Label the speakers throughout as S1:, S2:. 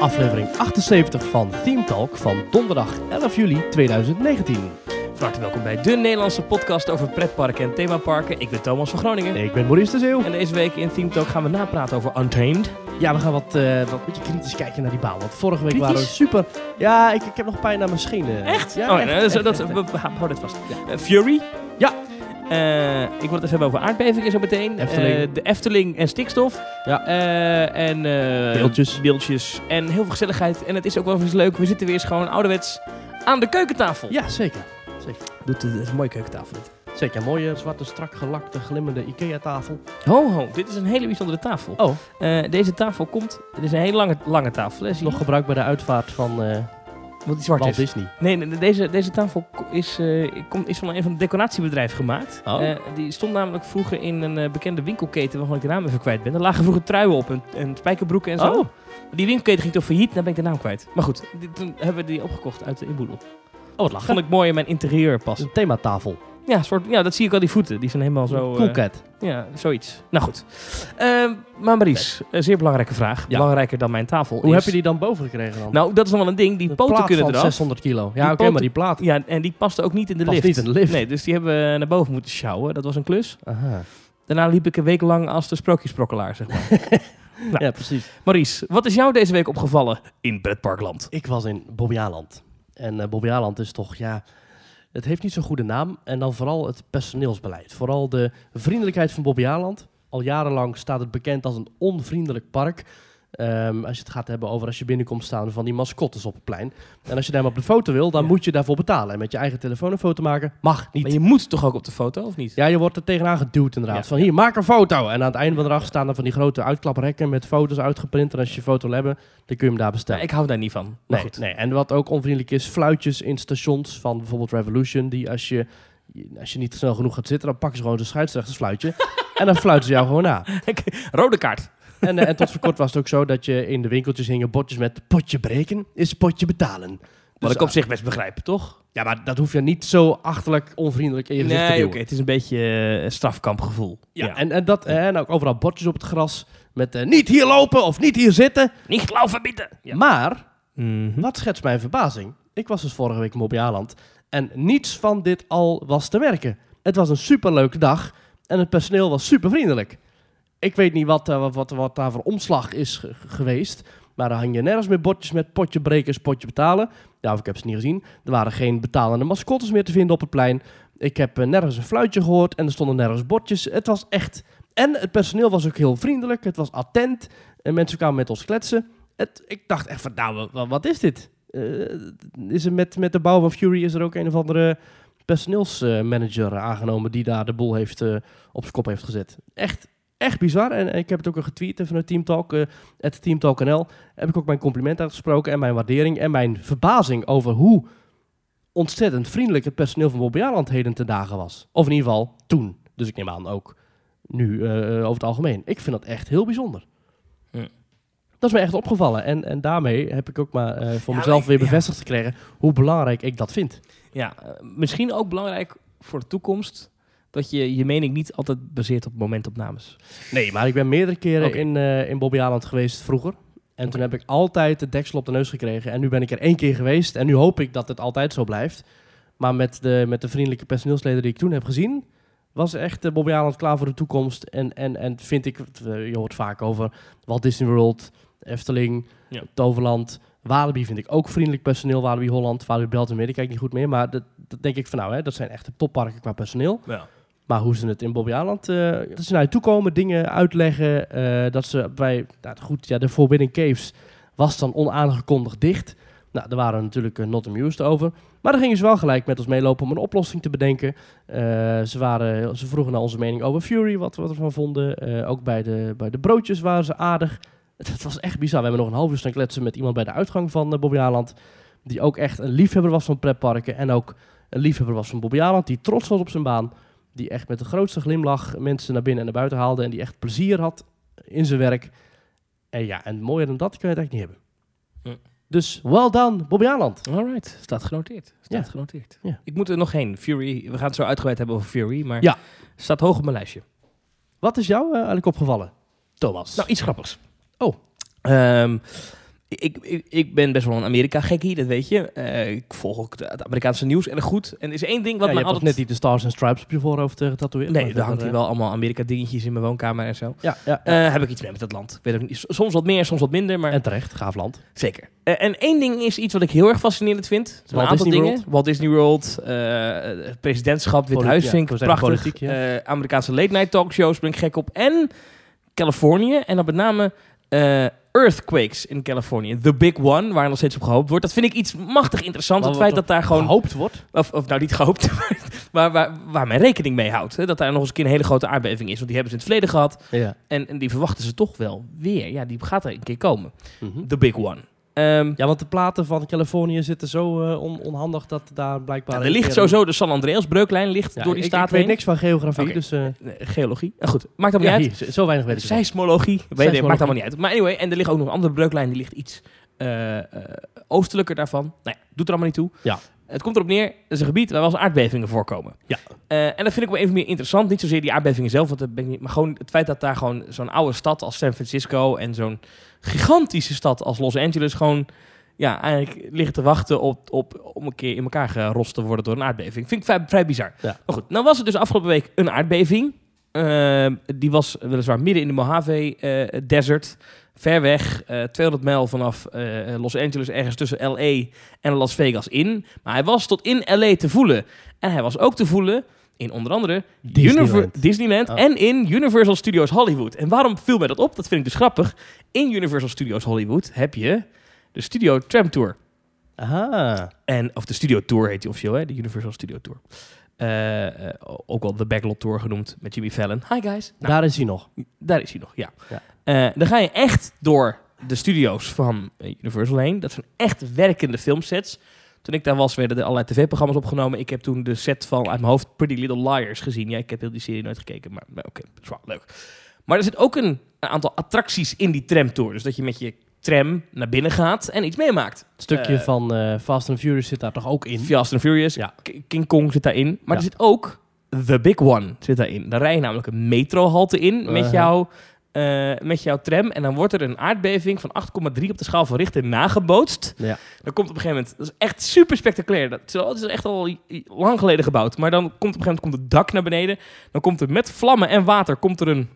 S1: aflevering 78 van Theme Talk van donderdag 11 juli 2019.
S2: Van harte welkom bij de Nederlandse podcast over pretparken en themaparken. Ik ben Thomas van Groningen.
S1: Ik ben Maurice de Zeeuw.
S2: En deze week in Theme Talk gaan we napraten over Untamed.
S1: Ja, we gaan wat, eh wat beetje kritisch kijken naar die baan. Want vorige week
S2: Kritisch?
S1: waren we super... Ja, ik, ik heb nog pijn aan mijn schenen.
S2: Echt?
S1: Ja,
S2: oh, nee, dat,
S1: echt,
S2: dat,
S1: echt,
S2: we-
S1: echt.
S2: we- hou dit vast.
S1: Ja.
S2: Eh, Fury.
S1: Ja.
S2: Eh, ik wil het even hebben over aardbevingen zo meteen.
S1: Efteling.
S2: Eh, de Efteling en stikstof.
S1: Ja.
S2: Eh, en eh,
S1: Deeltjes.
S2: deeltjes. En heel veel gezelligheid. En het is ook wel eens leuk. We zitten weer eens gewoon ouderwets aan de keukentafel.
S1: Ja, zeker.
S2: Doet, het is een mooie keukentafel dit.
S1: Zeker. Een mooie, zwarte, strak gelakte, glimmende IKEA-tafel.
S2: Ho, ho. Dit is een hele bijzondere tafel.
S1: Oh,
S2: Eh, deze tafel komt... Het is een hele lange, lange tafel. Hè? Zie je?
S1: nog gebruikt bij de uitvaart van eh
S2: Wat die zwart
S1: Walt
S2: is.
S1: Disney.
S2: Nee, nee, nee, deze, deze tafel ko- is, eh, komt, is van een van de decoratiebedrijven gemaakt.
S1: Oh.
S2: Eh, die stond namelijk vroeger in een eh, bekende winkelketen waarvan ik de naam even kwijt ben. Er lagen vroeger truien op en, en spijkerbroeken en zo.
S1: Oh.
S2: Die winkelketen ging toch failliet, dan ben ik de naam kwijt. Maar goed, die- toen hebben we die opgekocht uit de inboedel.
S1: Oh, wat lachen.
S2: Vond ik mooi in mijn interieur
S1: Dat is
S2: passen.
S1: een thematafel.
S2: Ja, soort, ja, dat zie ik al die voeten. Die zijn helemaal zo... eh,
S1: Cool cat.
S2: ja, zoiets. Nou goed. Ehm, maar Maries, een zeer belangrijke vraag. Belangrijker dan mijn tafel
S1: Hoe
S2: is-
S1: heb je die dan boven gekregen dan?
S2: Nou, dat is nog wel een ding. Die
S1: Een
S2: poten
S1: plaat
S2: kunnen
S1: van
S2: eraf.
S1: 600 kilo. Ja, oké,
S2: poten-
S1: maar die plaat.
S2: Ja, en die paste ook niet in de
S1: Past
S2: lift.
S1: niet in de lift.
S2: Nee, dus die hebben we naar boven moeten sjouwen. Dat was een klus.
S1: Aha.
S2: Daarna liep ik een week lang als de sprookjesprokkelaar, zeg maar.
S1: Ja, precies.
S2: Maurice, wat is jou deze week opgevallen in pretparkland?
S1: Ik was in Bobbejaanland. En eh Bobbejaanland is toch, ja... Het heeft niet zo'n goede naam. En dan vooral het personeelsbeleid. Vooral de vriendelijkheid van Bobbejaanland. Al jarenlang staat het bekend als een onvriendelijk park. Ehm, als je het gaat hebben over als je binnenkomt staan van die mascottes op het plein. En als je daar maar op de foto wil, dan
S2: Ja.
S1: moet je daarvoor betalen. En met je eigen telefoon een foto maken mag niet.
S2: Maar je moet toch ook op de foto, of niet?
S1: Ja, je wordt er tegenaan geduwd inderdaad.
S2: Ja.
S1: Van hier, maak een foto. En aan het einde van de dag staan er van die grote uitklaprekken met foto's uitgeprint. En als je je foto wil hebben, dan kun je hem daar bestellen.
S2: Nou, ik hou daar niet van. Maar
S1: nee,
S2: goed.
S1: nee. En wat ook onvriendelijk is, fluitjes in stations van bijvoorbeeld Revolution. Die als je, als je niet snel genoeg gaat zitten, dan pakken ze gewoon de scheidsrechters fluitje. en dan fluiten ze jou gewoon na.
S2: Rode kaart.
S1: En, eh, en tot voor kort was het ook zo dat je in de winkeltjes hingen bordjes met potje breken is potje betalen.
S2: Wat
S1: Dus,
S2: ik op zich best begrijp, toch?
S1: Ja, maar dat hoef je niet zo achterlijk onvriendelijk in je gezicht te
S2: Nee,
S1: duwen.
S2: oké. het is een beetje eh, strafkampgevoel.
S1: Ja, En, en, dat, eh, en ook overal bordjes op het gras met eh, niet hier lopen of niet hier zitten.
S2: Niet glauw verbieden! Ja.
S1: Maar,
S2: Mhm.
S1: wat schetst mijn verbazing? Ik was dus vorige week in Mobbejaanland en niets van dit al was te merken. Het was een superleuke dag en het personeel was supervriendelijk. Ik weet niet wat, eh, wat, wat, wat daar voor omslag is ge- ge- geweest, maar daar hang je nergens meer bordjes met potje brekers, potje betalen. Ja, of ik heb ze niet gezien. Er waren geen betalende mascottes meer te vinden op het plein. Ik heb eh, nergens een fluitje gehoord en er stonden nergens bordjes. Het was echt... En het personeel was ook heel vriendelijk, het was attent en mensen kwamen met ons kletsen. Het, ik dacht echt van, nou, wa- wat is dit? Eh, is er met, met de bouw van Fury is er ook een of andere personeelsmanager aangenomen die daar de boel heeft, eh, op zijn kop heeft gezet. Echt, echt bizar. En, en ik heb het ook al getweet eh, vanuit Teamtalk, eh at teamtalk.nl. Heb ik ook mijn compliment uitgesproken en mijn waardering en mijn verbazing over hoe ontzettend vriendelijk het personeel van Bobbejaanland heden ten dagen was. Of in ieder geval toen. Dus ik neem aan ook nu eh, over het algemeen. Ik vind dat echt heel bijzonder.
S2: Ja.
S1: Dat is me echt opgevallen. En, en daarmee heb ik ook maar eh, voor
S2: Ja,
S1: mezelf
S2: maar-
S1: weer
S2: ja.
S1: bevestigd gekregen hoe belangrijk ik dat vind.
S2: Ja, eh, misschien ook belangrijk voor de toekomst dat je je mening niet altijd baseert op momentopnames.
S1: Nee, maar ik ben meerdere keren
S2: Oké.
S1: in, eh in Bobbejaanland geweest vroeger. En toen heb ik altijd de deksel op de neus gekregen. En nu ben ik er één keer geweest. En nu hoop ik dat het altijd zo blijft. Maar met de, met de vriendelijke personeelsleden die ik toen heb gezien... was echt uh, Bobbejaanland klaar voor de toekomst. En, en, en vind ik... eh, Je hoort vaak over Walt Disney World, Efteling,
S2: Ja.
S1: Toverland... Walibi vind ik ook vriendelijk personeel. Walibi Holland, Walibi Belgium, weet ik eigenlijk niet goed meer. Maar dat, dat denk ik van nou, hè, dat zijn echt de topparken qua personeel.
S2: Ja.
S1: Maar hoe ze het in Bobbejaanland, eh dat ze naar je toe komen, dingen uitleggen. eh, dat ze bij, nou goed, ja, de Forbidden Caves was dan onaangekondigd dicht. Nou, daar waren we natuurlijk eh, not amused over. Maar daar gingen ze wel gelijk met ons meelopen om een oplossing te bedenken. Eh, ze, waren, ze vroegen naar onze mening over Fury, wat, wat we ervan vonden. Eh, ook bij de, bij de broodjes waren ze aardig. Het was echt bizar. We hebben nog een half uur staan kletsen met iemand bij de uitgang van uh, Bobbejaanland. Die ook echt een liefhebber was van pretparken. En ook een liefhebber was van Bobbejaanland, die trots was op zijn baan die echt met de grootste glimlach mensen naar binnen en naar buiten haalde en die echt plezier had in zijn werk. En ja, en mooier dan dat kun je het eigenlijk niet hebben. Dus well done, Bobby Aland.
S2: Alright, staat genoteerd. Staat
S1: Ja.
S2: genoteerd.
S1: Ja.
S2: Ik moet er nog heen. Fury, we gaan het zo uitgebreid hebben over Fury, maar
S1: Ja.
S2: staat hoog op mijn lijstje.
S1: Wat is jou eh, eigenlijk opgevallen, Thomas?
S2: Nou, iets grappigs.
S1: Oh.
S2: Oh. Ehm, ik, ik, ik ben best wel een Amerika-gekkie, dat weet je. Eh, ik volg ook de- het Amerikaanse nieuws en goed. En er is één ding wat mij
S1: ja, je hebt toch
S2: altijd...
S1: net niet de Stars and Stripes op je voorhoofd eh, getatoeëerd?
S2: Nee,
S1: Maar
S2: daar hangt hier
S1: verder,
S2: wel allemaal Amerika-dingetjes in mijn woonkamer en zo.
S1: eh, Ja, ja.
S2: Eh, heb ik iets mee met dat land. Ik Weet ook niet. Soms wat meer, soms wat minder, maar
S1: en terecht, gaaf land.
S2: zeker. Eh, en één ding is iets wat ik heel erg fascinerend vind. Er zijn
S1: Walt
S2: een aantal
S1: Disney
S2: dingen. Walt Disney World, eh, het presidentschap, Wit
S1: Politie-
S2: Huis
S1: ja,
S2: vind
S1: ik
S2: ik
S1: wou zeggen
S2: prachtig.
S1: politiek,
S2: Eh, Amerikaanse late-night talkshows ben ik gek op. En Californië, en dan met name eh, earthquakes in Californië. The Big One, waar nog steeds op gehoopt wordt. Dat vind ik iets machtig interessant.
S1: Maar
S2: het
S1: wat
S2: feit dat daar gewoon
S1: Gehoopt wordt.
S2: of, of nou niet gehoopt, maar waar, waar men rekening mee houdt. Hè? Dat daar nog eens een keer een hele grote aardbeving is. Want die hebben ze in het verleden gehad.
S1: Ja.
S2: En, en die verwachten ze toch wel weer. Ja, die gaat er een keer komen.
S1: Mhm.
S2: The big one. Ehm,
S1: Ja, want de platen van Californië zitten zo eh, on- onhandig dat daar blijkbaar...
S2: ja, er
S1: een
S2: ligt
S1: keer-
S2: sowieso de San Andreas breuklijn ligt
S1: Ja,
S2: door die
S1: ik-
S2: staat
S1: Ik weet
S2: heen.
S1: niks van geografie,
S2: Oké.
S1: dus... eh,
S2: Nee, Geologie. Nou goed, maakt allemaal
S1: ja,
S2: niet uit.
S1: hier, zo- zo weinig weet ik ervan.
S2: Seismologie. Weet je,
S1: Seismologie.
S2: maakt allemaal niet uit. Maar anyway, en er ligt ook nog een andere breuklijn. Die ligt iets eh, eh, oostelijker daarvan. Nou ja, doet er allemaal niet toe.
S1: Ja.
S2: Het komt erop neer, het is een gebied waar wel eens aardbevingen voorkomen.
S1: Ja.
S2: Eh, en dat vind ik wel even meer interessant. Niet zozeer die aardbevingen zelf, want dat ben ik niet, maar gewoon het feit dat daar gewoon zo'n oude stad als San Francisco en zo'n gigantische stad als Los Angeles gewoon ja, eigenlijk liggen te wachten op, op, om een keer in elkaar gerost te worden door een aardbeving. Vind ik vrij, vrij bizar.
S1: Ja.
S2: Maar goed, nou was het dus afgelopen week een aardbeving. Ehm, die was weliswaar midden in de Mojave eh, Desert. Ver weg, eh, 200 mijl vanaf eh, Los Angeles, ergens tussen LA en Las Vegas in. Maar hij was tot in LA te voelen. En hij was ook te voelen in onder andere
S1: Disneyland.
S2: Univer- Disneyland
S1: Oh.
S2: en in Universal Studios Hollywood. En waarom viel mij dat op? Dat vind ik dus grappig. In Universal Studios Hollywood heb je de Studio Tram Tour.
S1: Aha.
S2: En, of de Studio Tour heet die officieel, hè? de Universal Studio Tour. Eh, eh, ook wel de Backlot Tour genoemd met Jimmy Fallon. Hi guys. Nou,
S1: Daar is hij nog.
S2: daar is hij nog, ja.
S1: Ja.
S2: Eh, dan ga je echt door de studio's van eh, Universal heen. Dat zijn echt werkende filmsets. Toen ik daar was, werden er allerlei tv-programma's opgenomen. Ik heb toen de set van uit mijn hoofd Pretty Little Liars gezien. Ja, ik heb heel die serie nooit gekeken, maar maar oké, dat is wel leuk. Maar er zit ook een, een aantal attracties in die tramtour. Dus dat je met je tram naar binnen gaat en iets meemaakt.
S1: Het stukje
S2: Eh,
S1: van eh, Fast and Furious zit daar toch ook in?
S2: Fast and Furious.
S1: Ja.
S2: K- King Kong zit daarin. Maar er
S1: Ja.
S2: zit ook The Big One zit daarin. Daar rij je namelijk een metrohalte in
S1: Uh-huh.
S2: met, jouw, eh, met jouw tram. En dan wordt er een aardbeving van 8,3 op de schaal van Richter nagebootst.
S1: Ja.
S2: Dan komt op een gegeven moment... Dat is echt super spectaculair. Dat, dat is echt al i- i- lang geleden gebouwd. Maar dan komt op een gegeven moment komt het dak naar beneden. Dan komt er met vlammen en water komt er een,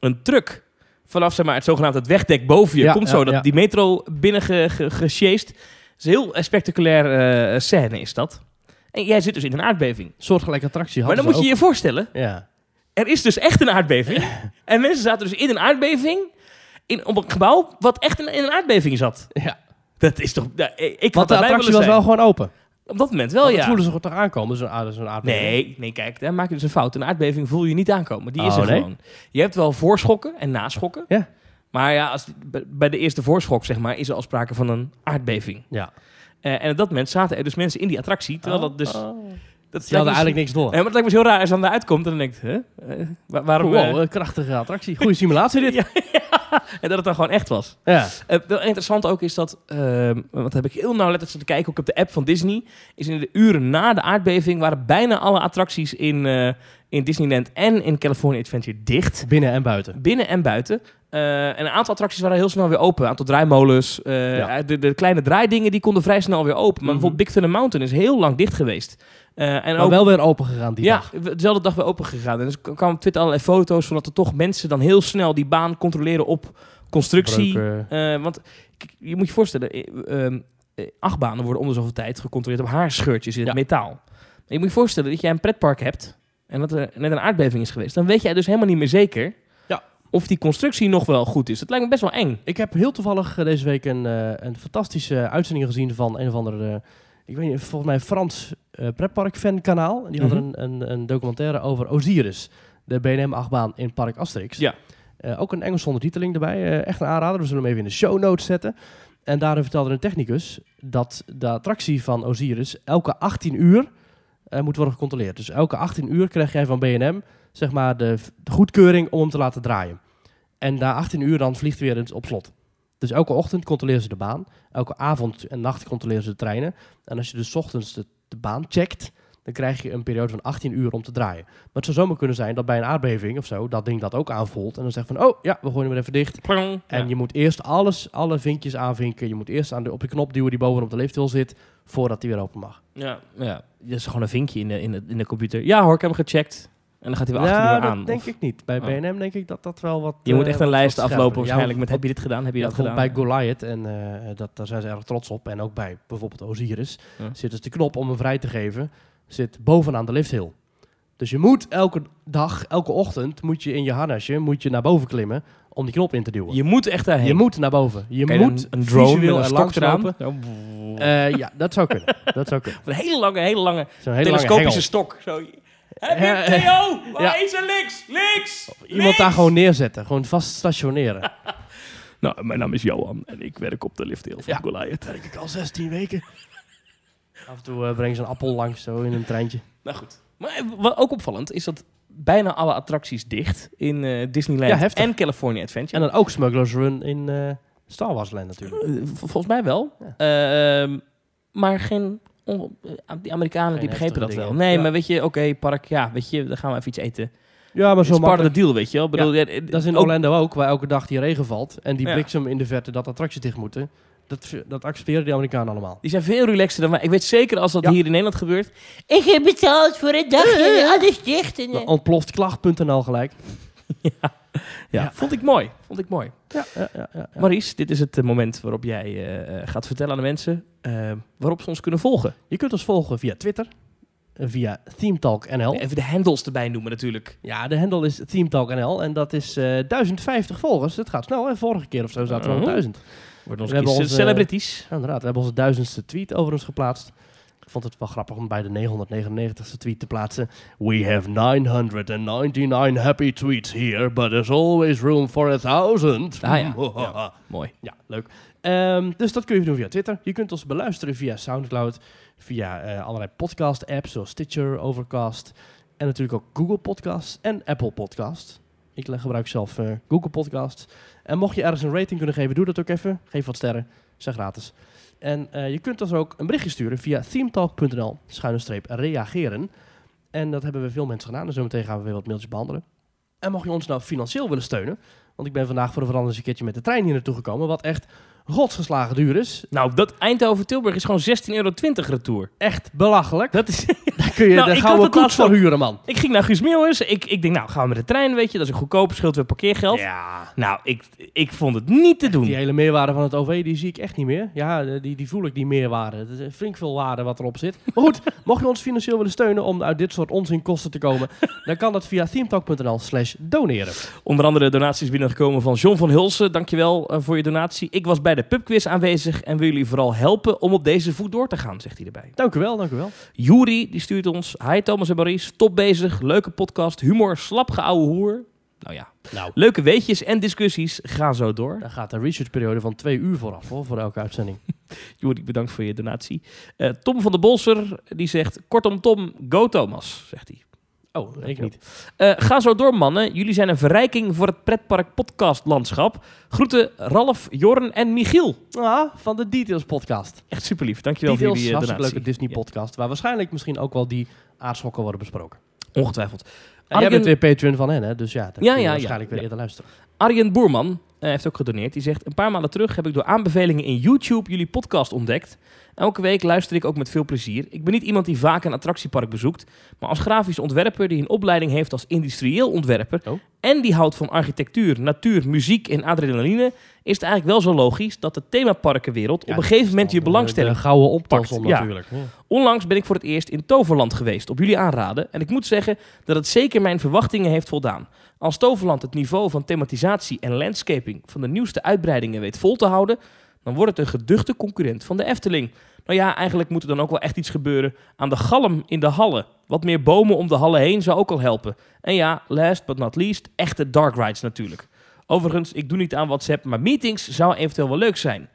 S2: een truck... Vanaf zeg maar, het zogenaamde het wegdek boven je
S1: Ja,
S2: komt
S1: ja,
S2: zo dat
S1: ja.
S2: die metro binnen ge, ge, gesjeest. Het is een heel eh, spectaculair eh, scène is dat. En jij zit dus in een aardbeving.
S1: soortgelijke attractie
S2: maar
S1: hadden
S2: dan moet je
S1: ze
S2: je voorstellen,
S1: ook. Ja.
S2: er is dus echt een aardbeving. en mensen zaten dus in een aardbeving in, op een gebouw wat echt in, in een aardbeving zat.
S1: ja.
S2: Dat is toch... ja, ik had
S1: Want
S2: daarbij
S1: de attractie was
S2: willen zijn.
S1: wel gewoon open.
S2: Op dat moment wel,
S1: Want Dat
S2: ja.
S1: voelen ze toch aankomen, dus zo'n aard- zo'n aardbeving?
S2: Nee, nee, kijk, daar maak je dus een fout. Een aardbeving voel je niet aankomen. Die is
S1: Oh,
S2: er
S1: nee?
S2: gewoon. Je hebt wel voorschokken en naschokken.
S1: Ja.
S2: Maar ja, als, bij- bij de eerste voorschok, zeg maar, is er al sprake van een aardbeving.
S1: Ja.
S2: Eh, en op dat moment zaten er dus mensen in die attractie. Terwijl dat dus...
S1: Oh.
S2: Dat
S1: Ze hadden eigenlijk niks door.
S2: Ja, maar het lijkt me zo raar als je dan eruit komt en dan denkt, hè? Eh, wa- waarom... eh,
S1: wow, een krachtige attractie. Goede simulatie dit.
S2: Ja, en dat het dan gewoon echt was.
S1: Ja.
S2: Eh, wel interessant ook is dat, ehm want heb ik heel nauwlettend zitten kijken, ook op de app van Disney, is in de uren na de aardbeving waren bijna alle attracties in, eh, in Disneyland en in California Adventure dicht.
S1: Binnen en buiten.
S2: Binnen en buiten. Eh, en een aantal attracties waren heel snel weer open. Een aantal draaimolens. eh,
S1: Ja. Mhm.
S2: de, de kleine draaidingen die konden vrij snel weer open. Maar bijvoorbeeld Big Thunder Mountain is heel lang dicht geweest. Eh, en
S1: Maar
S2: ook
S1: wel weer open gegaan die
S2: ja,
S1: dag.
S2: we- dezelfde dag weer open gegaan. En dus k- kwamen op Twitter allerlei foto's van dat er toch mensen dan heel snel die baan controleren op constructie.
S1: Breuken.
S2: Eh, want k- je moet je voorstellen, eh, ehm, eh, achtbanen worden om de zoveel tijd gecontroleerd op haarscheurtjes in het
S1: Ja.
S2: metaal. Maar je moet je voorstellen dat jij een pretpark hebt en dat er net een aardbeving is geweest. Dan weet jij dus helemaal niet meer zeker
S1: Ja.
S2: of die constructie nog wel goed is. Dat lijkt me best wel eng.
S1: Ik heb heel toevallig eh, deze week een, eh, een fantastische uitzending gezien van een of ander, eh, ik weet niet, volgens mij een Frans eh pretpark fan kanaal. Die hadden
S2: Mhm.
S1: een, een, een documentaire over Osiris, de BNM-achtbaan in Park Asterix.
S2: Ja.
S1: Eh, ook een Engels ondertiteling erbij, eh, echt een aanrader. We zullen hem even in de show notes zetten. En daarin vertelde een technicus dat de attractie van Osiris elke 18 uur eh, moet worden gecontroleerd. Dus elke 18 uur krijg jij van BNM zeg maar, de, de goedkeuring om hem te laten draaien. En na 18 uur dan vliegt weer eens op slot. Dus elke ochtend controleren ze de baan. Elke avond en nacht controleren ze de treinen. En als je dus 's ochtends de, de baan checkt, dan krijg je een periode van 18 uur om te draaien. Maar het zou zomaar kunnen zijn dat bij een aardbeving of zo, dat ding dat ook aanvoelt. En dan zegt van, oh ja, we gooien hem weer even dicht.
S2: Plong.
S1: En
S2: Ja.
S1: je moet eerst alles, alle vinkjes aanvinken. Je moet eerst aan de, op de knop duwen die bovenop de lifthill zit, voordat die weer open mag.
S2: Ja, ja. Dat is gewoon een vinkje in de, in de, in de computer. Ja hoor, ik heb hem gecheckt. En dan gaat hij weer achter
S1: Ja,
S2: uur
S1: dat
S2: aan.
S1: denk
S2: Of-
S1: ik niet. Bij
S2: Oh.
S1: BNM denk ik dat dat wel wat...
S2: Je moet echt een lijst aflopen waarschijnlijk
S1: met
S2: met heb je dit gedaan, heb je
S1: Ja,
S2: dat
S1: gewoon
S2: gedaan.
S1: bij Goliath, en eh, dat, daar zijn ze erg trots op, en ook bij bijvoorbeeld Osiris,
S2: Ja.
S1: zit dus de knop om hem vrij te geven, zit bovenaan de lifthill. Dus je moet elke dag, elke ochtend, moet je in je harnasje moet je naar boven klimmen om die knop in te duwen. Je,
S2: Je moet echt daarheen.
S1: moet naar boven. Je
S2: Kan dan
S1: moet
S2: een drone met
S1: visueel
S2: een
S1: er
S2: stok
S1: langs
S2: eraan.
S1: lopen.
S2: Ja,
S1: Eh, ja, dat zou kunnen. dat zou kunnen.
S2: Of een hele lange, hele lange
S1: Zo'n hele lange
S2: telescopische
S1: hengel.
S2: stok. Zo. Heb je
S1: Ja,
S2: hem, Theo?
S1: ja.
S2: Waar is er links? Links!
S1: Iemand daar gewoon neerzetten. Gewoon vast stationeren.
S2: Nou, mijn naam is Johan en ik werk op de liftdeel
S1: van
S2: Goliath.
S1: Werk ik al 16 weken. Af en toe eh, brengen ze een appel langs zo in een treintje.
S2: Nou goed. Maar eh, wat ook opvallend is dat bijna alle attracties dicht in eh,
S1: Ja,
S2: Disneyland
S1: heftig.
S2: en California Adventure.
S1: En dan ook Smugglers Run in eh, Star Wars Land natuurlijk.
S2: Eh, vol- volgens mij wel.
S1: Ja.
S2: Ehm, maar geen... on- eh, die Amerikanen
S1: Geen
S2: die begrepen dat
S1: heftige
S2: wel.
S1: dingen.
S2: Nee,
S1: Ja.
S2: maar weet je, oké, park, ja, weet je, dan gaan we even iets eten.
S1: Ja, maar
S2: Dat
S1: zo
S2: is part of
S1: makkelijk.
S2: the deal, weet je wel. Ik Bedoel, ja, eh,
S1: Dat is in
S2: ook-
S1: Orlando ook, waar elke dag die regen valt. En die
S2: Ja.
S1: bliksem in de verte dat attracties dicht moeten. Dat, dat accepteren die Amerikanen allemaal.
S2: Die zijn veel relaxter dan wij. Ik weet zeker als dat
S1: Ja.
S2: hier in Nederland gebeurt.
S3: Ik heb betaald voor een dagje en alles dicht. En, eh,
S1: Dan ontploft klacht.nl gelijk.
S2: Ja.
S1: Ja.
S2: Vond ik mooi. Vond ik mooi.
S1: Ja, ja, ja, ja, ja.
S2: Maries, dit is het eh, moment waarop jij eh, eh, gaat vertellen aan de mensen eh, waarop ze ons kunnen volgen.
S1: Je kunt ons volgen via Twitter, eh, via ThemeTalkNL.
S2: Even de handles erbij noemen natuurlijk.
S1: Ja, de handle is ThemeTalkNL en dat is eh 1050 volgers. Het gaat snel, hè? Vorige keer of zo zaten we
S2: Mhm.
S1: al 1000.
S2: Worden
S1: We hebben
S2: onze
S1: onze-
S2: celebrities.
S1: Ja, inderdaad, we hebben onze duizendste tweet over ons geplaatst. Ik vond het wel grappig om bij de 999ste tweet te plaatsen. We have 999 happy tweets here, but there's always room for a thousand.
S2: Ah ja, ja. Mooi.
S1: Ja, leuk. Ehm, dus dat kun je doen via Twitter. Je kunt ons beluisteren via Soundcloud, via eh, allerlei podcast-apps zoals Stitcher, Overcast en natuurlijk ook Google Podcasts en Apple Podcasts. Ik leg- gebruik zelf eh, Google Podcasts. En mocht je ergens een rating kunnen geven, doe dat ook even. Geef wat sterren, zijn gratis. En eh, je kunt ons ook een berichtje sturen via themetalk.nl schuine streep reageren. En dat hebben we veel mensen gedaan. En zometeen gaan we weer wat mailtjes behandelen. En mocht je ons nou financieel willen steunen, want ik ben vandaag voor de verandering eens een keertje met de trein hier naartoe gekomen, wat echt godsgeslagen duur is.
S2: Nou, dat Eindhoven-Tilburg is gewoon 16,20 euro retour.
S1: Echt belachelijk.
S2: Dat is,
S1: Daar kun je
S2: Nou, ik
S1: de
S2: had
S1: gouden
S2: het
S1: koets
S2: laatst
S1: voor
S2: ook.
S1: huren, man.
S2: ik ging naar Guus Meeuwis. Ik, ik denk, nou, gaan we met de trein, weet je. Dat is een goedkoop, scheelt weer parkeergeld.
S1: Ja.
S2: Nou, ik, ik vond het niet te doen.
S1: Die hele meerwaarde van het OV, die zie ik echt niet meer. Ja, eh, die, die voel ik, die meerwaarde. Het is flink veel waarde wat erop zit. Maar goed, mocht je ons financieel willen steunen om uit dit soort onzinkosten te komen, dan kan dat via themetalk.nl slash doneren.
S2: Onder andere donaties binnengekomen van John van Hulsen. Dankjewel eh, voor je donatie. Ik was bij de pubquiz aanwezig en wil jullie vooral helpen om op deze voet door te gaan, zegt hij erbij.
S1: Dank u wel, dank u wel.
S2: Juri, die stuurt ons. Hi Thomas en Maurice, top bezig, leuke podcast, humor, slap geouwe hoer. Nou ja,
S1: Nou,
S2: leuke weetjes en discussies. Ga zo door.
S1: daar gaat de researchperiode van twee uur vooraf, hoor, voor elke uitzending.
S2: Juri, bedankt voor je donatie. Eh, Tom van de Bolser, die zegt, kortom Tom, go Thomas, zegt hij.
S1: Oh, ik niet.
S2: Eh, ga zo door, mannen. Jullie zijn een verrijking voor het pretpark podcastlandschap. Groeten Ralf, Jorn en Michiel.
S1: Ah, van de Details podcast.
S2: Echt super lief. Dankjewel
S1: Details,
S2: voor jullie eh,
S1: hartstikke
S2: donatie.
S1: leuke Disney-podcast, waar waarschijnlijk misschien ook wel die aardschokken worden besproken.
S2: Ja, ongetwijfeld.
S1: En jij
S2: Arjen,
S1: bent weer patron van hen, hè? Dus ja, dat
S2: Ja,
S1: kun je
S2: ja, ja.
S1: waarschijnlijk weer
S2: Ja.
S1: eerder luisteren.
S2: Arjen Boerman eh, heeft ook gedoneerd. Die zegt, een paar maanden terug heb ik door aanbevelingen in YouTube jullie podcast ontdekt. Elke week luister ik ook met veel plezier. Ik ben niet iemand die vaak een attractiepark bezoekt. Maar als grafisch ontwerper die een opleiding heeft als industrieel ontwerper...
S1: Oh.
S2: en die houdt van architectuur, natuur, muziek en adrenaline... is het eigenlijk wel zo logisch dat de themaparkenwereld...
S1: Ja,
S2: op een gegeven moment je
S1: Dan, eh,
S2: belangstelling
S1: De gouden optelsom
S2: pakt, ja.
S1: natuurlijk. Ja.
S2: Onlangs ben ik voor het eerst in Toverland geweest, op jullie aanraden. En ik moet zeggen dat het zeker mijn verwachtingen heeft voldaan. Als Toverland het niveau van thematisatie en landscaping van de nieuwste uitbreidingen weet vol te houden, dan wordt het een geduchte concurrent van de Efteling. Nou ja, eigenlijk moet er dan ook wel echt iets gebeuren aan de galm in de hallen. Wat meer bomen om de hallen heen zou ook al helpen. En ja, last but not least, echte dark rides natuurlijk. Overigens, ik doe niet aan WhatsApp, maar meetings zou eventueel wel leuk zijn.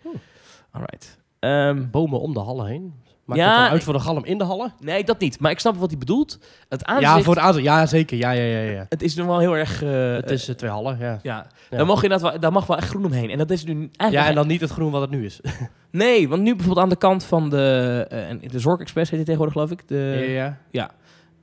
S2: Alright. Ehm
S1: Bomen om de hallen heen. Maakt
S2: Ja, eh,
S1: het dan uit
S2: ik-
S1: voor de galm in de hallen?
S2: Nee, dat niet. Maar ik snap wat hij bedoelt. Het aanzicht...
S1: Ja, voor het aanzicht. Ja, zeker. Ja, ja, ja. ja.
S2: Het is nu wel heel erg... eh,
S1: Het is eh, twee hallen, ja.
S2: Ja,
S1: Ja.
S2: Daar, mag je inderdaad wel, daar mag wel echt groen omheen. En dat is nu eigenlijk...
S1: Ja, en dan niet het groen wat het nu is.
S2: Nee, want nu bijvoorbeeld aan de kant van de... eh, en de Zorgexpress heet die tegenwoordig, geloof ik. De,
S1: ja.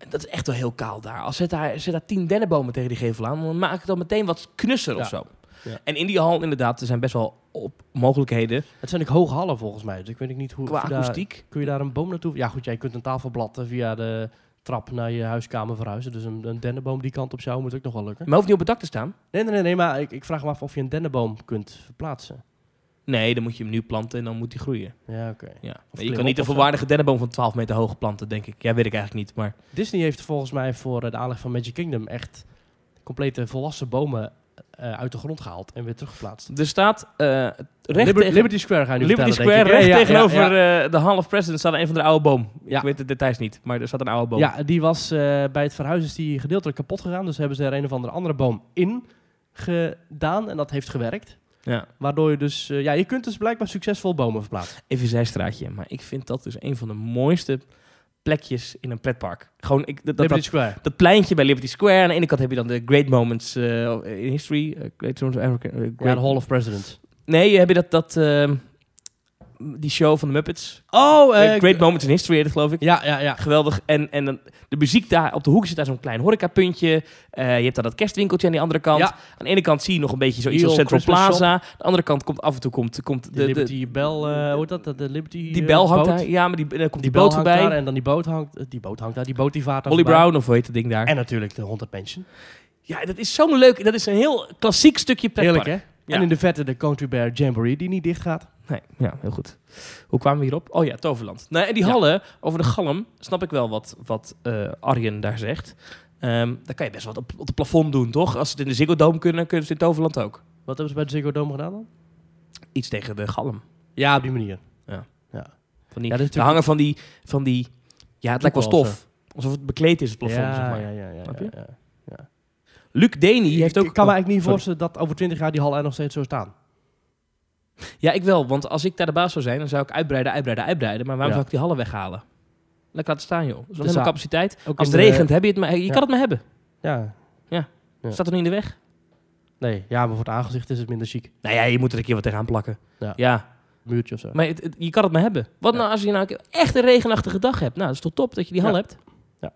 S2: Dat is echt wel heel kaal daar. Als zet daar, zet daar tien dennenbomen tegen die gevel aan, dan maak ik dan meteen wat knusser of
S1: Ja.
S2: zo.
S1: Ja.
S2: En in die hal inderdaad, er zijn best wel op mogelijkheden
S1: Het zijn ook hoge hallen volgens mij. Dus ik weet ook niet hoe...
S2: qua
S1: of je daar-
S2: akoestiek.
S1: kun je daar een boom naartoe... Ja goed, jij kunt een tafelblad eh, via de trap naar je huiskamer verhuizen. Dus een, een dennenboom die kant op zou moet ook nog wel lukken.
S2: Maar hoeft niet op het dak te staan.
S1: Nee, nee, nee, nee, maar ik, ik vraag me af of je een dennenboom kunt verplaatsen.
S2: Nee, dan moet je hem nu planten en dan moet hij groeien.
S1: Ja, oké.
S2: Ja.
S1: Of
S2: Je
S1: klim
S2: kan niet
S1: op
S2: een
S1: of zo.
S2: volwaardige dennenboom van 12 meter hoog planten, denk ik. Ja, weet ik eigenlijk niet. Maar
S1: Disney heeft volgens mij voor eh, de aanleg van Magic Kingdom echt complete volwassen bomen eh, uit de grond gehaald en weer teruggeplaatst.
S2: er staat eh, recht
S1: Liber-
S2: tegen-
S1: Liberty Square ga je nu
S2: Liberty
S1: vertellen,
S2: Square,
S1: denk
S2: recht
S1: ik. Ja, ja,
S2: tegenover
S1: Ja,
S2: eh, de Hall of Presidents staat een van de oude boom.
S1: Ja.
S2: Ik weet de details niet, maar er staat een oude boom.
S1: Ja, die was eh, bij het verhuizen is die gedeeltelijk kapot gegaan. Dus hebben ze er een of andere andere boom in gedaan en dat heeft gewerkt.
S2: Ja.
S1: Waardoor je dus, eh, ja, je kunt dus blijkbaar succesvol bomen verplaatsen.
S2: Even een zijstraatje, maar ik vind dat dus een van de mooiste plekjes in een pretpark. Gewoon, ik, dat, dat,
S1: Liberty
S2: dat,
S1: Square.
S2: dat pleintje bij Liberty Square. Aan de ene kant heb je dan de Great Moments eh, in History. eh, great Moments of African... eh,
S1: Ja,
S2: Great-
S1: de Hall of Presidents.
S2: Nee, heb je dat, dat ehm, die show van de Muppets.
S1: Oh,
S2: Eh, great Moments in History, heet het, geloof ik.
S1: Ja, ja, ja.
S2: Geweldig. En, en dan de muziek daar, op de hoek zit daar zo'n klein horecapuntje. Eh je hebt daar dat kerstwinkeltje aan die andere kant.
S1: Ja.
S2: Aan de ene kant zie je nog een beetje zoiets
S1: Die
S2: als
S1: old
S2: Central
S1: Christmas
S2: Plaza. Aan de andere kant komt af en toe komt, komt
S1: De
S2: de, de,
S1: Liberty Bell, eh, hoe heet dat? De Liberty
S2: die
S1: eh,
S2: bel hangt
S1: boot.
S2: daar. Ja, maar die, dan komt
S1: Die,
S2: die,
S1: bel
S2: boot
S1: hangt
S2: voorbij.
S1: daar en dan die boot hangt, eh, die boot hangt daar, die boot die vaart daar
S2: Molly
S1: voorbij.
S2: Brown of hoe heet het ding daar.
S1: En natuurlijk de Haunted Mansion.
S2: ja, dat is zo'n leuk... Dat is een heel klassiek stukje pretpark.
S1: Heerlijk, hè?
S2: Ja.
S1: En in de vette de Country Bear Jamboree die niet dicht gaat.
S2: Nee, ja, heel goed. Hoe kwamen we hierop? Oh ja, Toverland. Nou, en die
S1: Ja.
S2: hallen over de galm, snap ik wel wat, wat eh, Arjen daar zegt. Ehm dan kan je best wat op, op het plafond doen, toch? Als ze het in de Ziggo Dome kunnen, kunnen ze het in Toverland ook.
S1: Wat hebben ze bij de Ziggo Dome gedaan dan?
S2: Iets tegen de galm.
S1: Ja, op die manier.
S2: Van die,
S1: Ja, dat is
S2: de
S1: natuurlijk-
S2: hangen van die, van die... Ja, het lijkt wel
S1: Koelkasten.
S2: stof. Alsof het bekleed is, het plafond,
S1: ja,
S2: zeg maar.
S1: ja, ja, ja,
S2: Snap
S1: ja,
S2: je?
S1: ja.
S2: Luc Deni heeft ook...
S1: Ik kan me eigenlijk niet
S2: sorry.
S1: voorstellen dat over 20 jaar die hal er nog steeds zo staan.
S2: Ja, ik wel. Want als ik daar de baas zou zijn, dan zou ik uitbreiden, uitbreiden, uitbreiden. Maar waarom
S1: Ja.
S2: zou ik die hallen weghalen? Lekker laten staan, joh. Dat is wel
S1: Dus
S2: helemaal
S1: ja,
S2: capaciteit.
S1: Ook
S2: Als
S1: in
S2: het
S1: de-
S2: regent, heb je het maar. Je
S1: ja.
S2: kan het maar hebben.
S1: Ja, Ja.
S2: Staat er niet in de weg?
S1: nee. Ja, maar voor het aangezicht is het minder chic.
S2: Nou ja, je moet er een keer wat tegenaan plakken. Ja.
S1: Ja. Muurtje of zo.
S2: Maar het- het- je kan het maar hebben. Wat
S1: Ja.
S2: nou als je nou een keer echt een regenachtige dag hebt? Nou, dat is toch top dat je die hal
S1: Ja.
S2: hebt?
S1: Ja.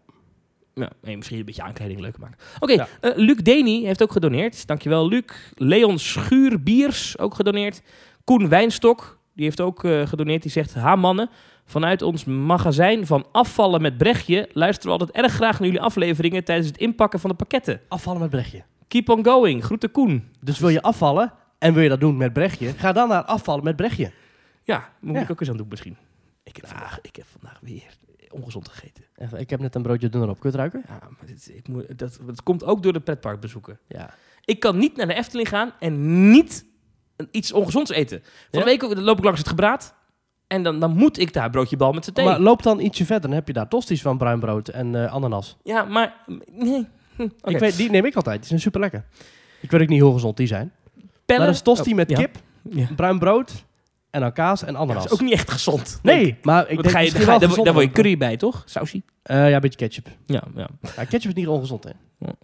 S2: Ja, nee, misschien een beetje aankleding leuker maken. Oké,
S1: Ja.
S2: eh, Luc Deni heeft ook gedoneerd. Dankjewel, Luc. Leon Schuurbiers ook gedoneerd. Koen Wijnstok, die heeft ook eh, gedoneerd. Die zegt, ha mannen, vanuit ons magazijn van Afvallen met Brechtje... luisteren we altijd erg graag naar jullie afleveringen... tijdens het inpakken van de pakketten.
S1: Afvallen met Brechtje.
S2: Keep on going. Groeten Koen.
S1: Dus wil je afvallen en wil je dat doen met Brechtje, ga dan naar afvallen met Brechtje.
S2: Ja, moet
S1: Ja.
S2: ik ook eens aan doen misschien. Ik heb, vandaag, ik heb vandaag weer ongezond gegeten.
S1: Echt, ik heb net een broodje dunner op. Kun je het ruiken?
S2: Ja, maar dit, ik moet, dat, dat komt ook door de pretparkbezoeken.
S1: Ja.
S2: Ik kan niet naar de Efteling gaan en niet een- iets ongezonds eten. Van
S1: Ja?
S2: de week ook- dan loop ik langs het gebraad en dan, dan moet ik daar broodje bal met saté.
S1: Maar loop dan ietsje verder, dan heb je daar tosties van bruin brood en eh, ananas.
S2: ja, maar... Nee. Hm, oké.
S1: Ik weet, die neem ik altijd, die zijn super lekker. Ik weet ook niet hoe gezond die zijn.
S2: Pellen-
S1: Maar dat is tosti
S2: Oh,
S1: met
S2: ja.
S1: kip,
S2: Ja.
S1: bruin brood en dan kaas en
S2: Ja,
S1: ananas.
S2: dat is ook niet echt gezond.
S1: nee,
S2: Want
S1: maar ik denk
S2: ga je,
S1: misschien
S2: ga
S1: wel
S2: je- daar,
S1: gezond
S2: daar word je
S1: dan.
S2: curry bij, toch? Sausie?
S1: Eh, ja, een beetje ketchup.
S2: Ja, ja.
S1: Ja, ketchup is niet ongezond, hè?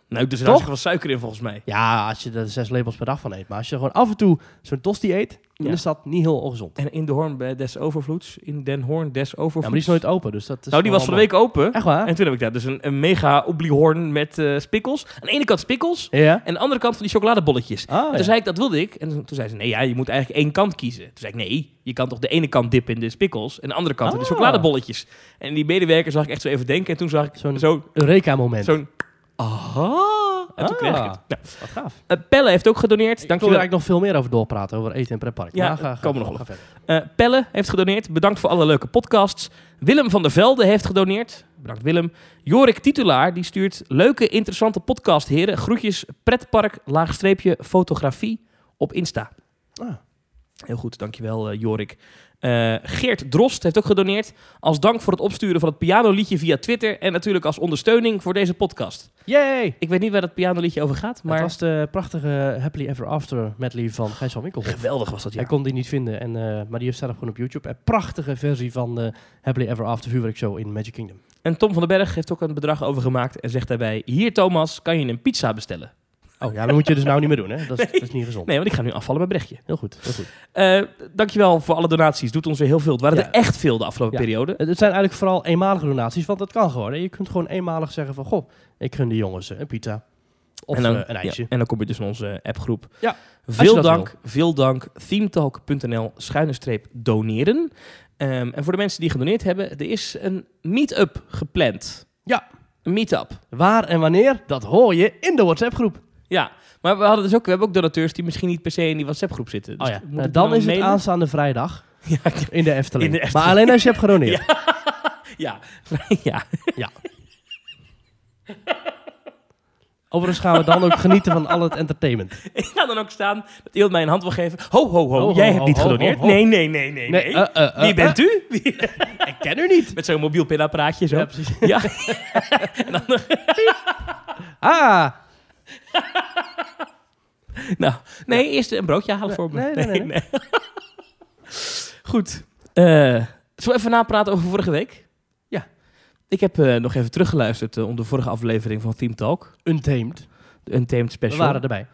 S2: Nou, ik doe er
S1: Toch?
S2: hartstikke veel suiker in volgens mij.
S1: Ja, als je er zes lepels per dag van eet. Maar als je gewoon af en toe zo'n tosti eet, dan
S2: Ja.
S1: is dat niet heel ongezond.
S2: En in de Hoorn
S1: eh,
S2: bij des Overvloeds. In Den Hoorn des Overvloeds.
S1: Ja, maar die is nooit open, dus dat is
S2: nou, die was van de
S1: allemaal-
S2: week open.
S1: Echt waar?
S2: En toen heb ik daar dus een, een mega obliehorn met eh, spikkels. Aan de ene kant spikkels
S1: Ja?
S2: en aan de andere kant van die chocoladebolletjes.
S1: Oh,
S2: En toen zei ik, dat wilde ik. En toen zei ze, nee, ja, je moet eigenlijk één kant kiezen. Toen zei ik, nee, je kan toch de ene kant dippen in de spikkels en de andere kant in de
S1: Ah.
S2: chocoladebolletjes. En die medewerker zag ik echt zo even denken. En toen zag ik zo'n...
S1: Zo'n-
S2: Zo,
S1: Een Eureka-moment.
S2: zo'n aha. En toen
S1: Ah.
S2: kreeg ik het. Nou,
S1: Wat gaaf. Ik
S2: eh, Pelle heeft ook gedoneerd.
S1: wil er
S2: Dankjewel.
S1: eigenlijk nog veel meer over doorpraten, over eten en pretpark.
S2: Ja,
S1: Maar ga- ga-
S2: komen we
S1: ga-
S2: nog
S1: ga verder.
S2: Eh, Pelle heeft gedoneerd. Bedankt voor alle leuke podcasts. Willem van der Velde heeft gedoneerd. Bedankt Willem. Jorik Titulaar die stuurt leuke, interessante podcast, heren. Groetjes pretpark, laagstreepje, fotografie op Insta.
S1: Ah.
S2: Heel goed, dankjewel eh, Jorik. Eh, Geert Drost heeft ook gedoneerd. Als dank voor het opsturen van het pianoliedje via Twitter. En natuurlijk als ondersteuning voor deze podcast.
S1: Yay!
S2: Ik weet niet waar dat pianoliedje over gaat,
S1: Maar
S2: maar... Oh,
S1: het was de prachtige Happily Ever After medley van Gijs van Winkel.
S2: Geweldig was dat, ja.
S1: Hij kon die niet vinden, en, eh, maar die heeft staat gewoon op YouTube. Een prachtige versie van de Happily Ever After vuurwerkshow in Magic Kingdom.
S2: En Tom van den Berg heeft ook een bedrag overgemaakt en zegt daarbij... Hier Thomas, kan je een pizza bestellen?
S1: Oh ja, dat moet je dus nou niet meer doen, hè? Dat is,
S2: Nee.
S1: dat is niet gezond.
S2: Nee, want ik ga nu afvallen met Brechtje.
S1: Heel goed, heel goed.
S2: Eh, dankjewel voor alle donaties. Doet ons weer heel veel. Het waren
S1: Ja.
S2: er echt veel de afgelopen
S1: Ja.
S2: periode.
S1: Het het zijn eigenlijk vooral eenmalige donaties, want dat kan gewoon. hè. Je kunt gewoon eenmalig zeggen van, goh, ik gun die jongens eh, een pizza. Of
S2: en dan,
S1: eh, een ijsje.
S2: ja, en dan kom je dus in onze appgroep.
S1: Ja, je
S2: Veel
S1: dat
S2: dank, veel dank. Themetalk.nl schuine streep doneren. Ehm, en voor de mensen die gedoneerd hebben, er is een meet-up gepland.
S1: Ja.
S2: Een meet-up.
S1: Waar en wanneer, dat hoor je in de WhatsApp-groep.
S2: Ja. Maar we, hadden dus ook, we hebben ook donateurs die misschien niet per se in die WhatsApp-groep zitten. Dus
S1: Oh ja,
S2: moet
S1: nou,
S2: ik
S1: dan
S2: nou
S1: is het
S2: mailen?
S1: aanstaande vrijdag
S2: Ja,
S1: in de Efteling.
S2: In de Efteling.
S1: Maar alleen als je hebt geroneerd.
S2: Ja, ja.
S1: Overigens gaan we dan ook genieten van al het entertainment.
S2: Ik ga dan ook staan dat iemand mij een hand wil geven. Ho, ho, ho,
S1: Ho, ho,
S2: jij
S1: ho,
S2: hebt niet
S1: ho,
S2: gedoneerd.
S1: ho, ho.
S2: Nee, nee, nee, nee, nee.
S1: eh, eh, eh,
S2: Wie bent
S1: eh,
S2: u? Wie-
S1: Ik ken u niet.
S2: Met zo'n mobiel pinapparaatje zo.
S1: Ja, precies.
S2: Ja.
S1: Ah,
S2: Nou, nee, eerst een broodje halen voor me.
S1: nee, nee, nee,
S2: Goed. Eh, zullen we even napraten over vorige week?
S1: Ja.
S2: Ik heb eh, nog even teruggeluisterd eh, om de vorige aflevering van Team Talk.
S1: untamed.
S2: de Untamed
S1: We
S2: Special.
S1: waren erbij.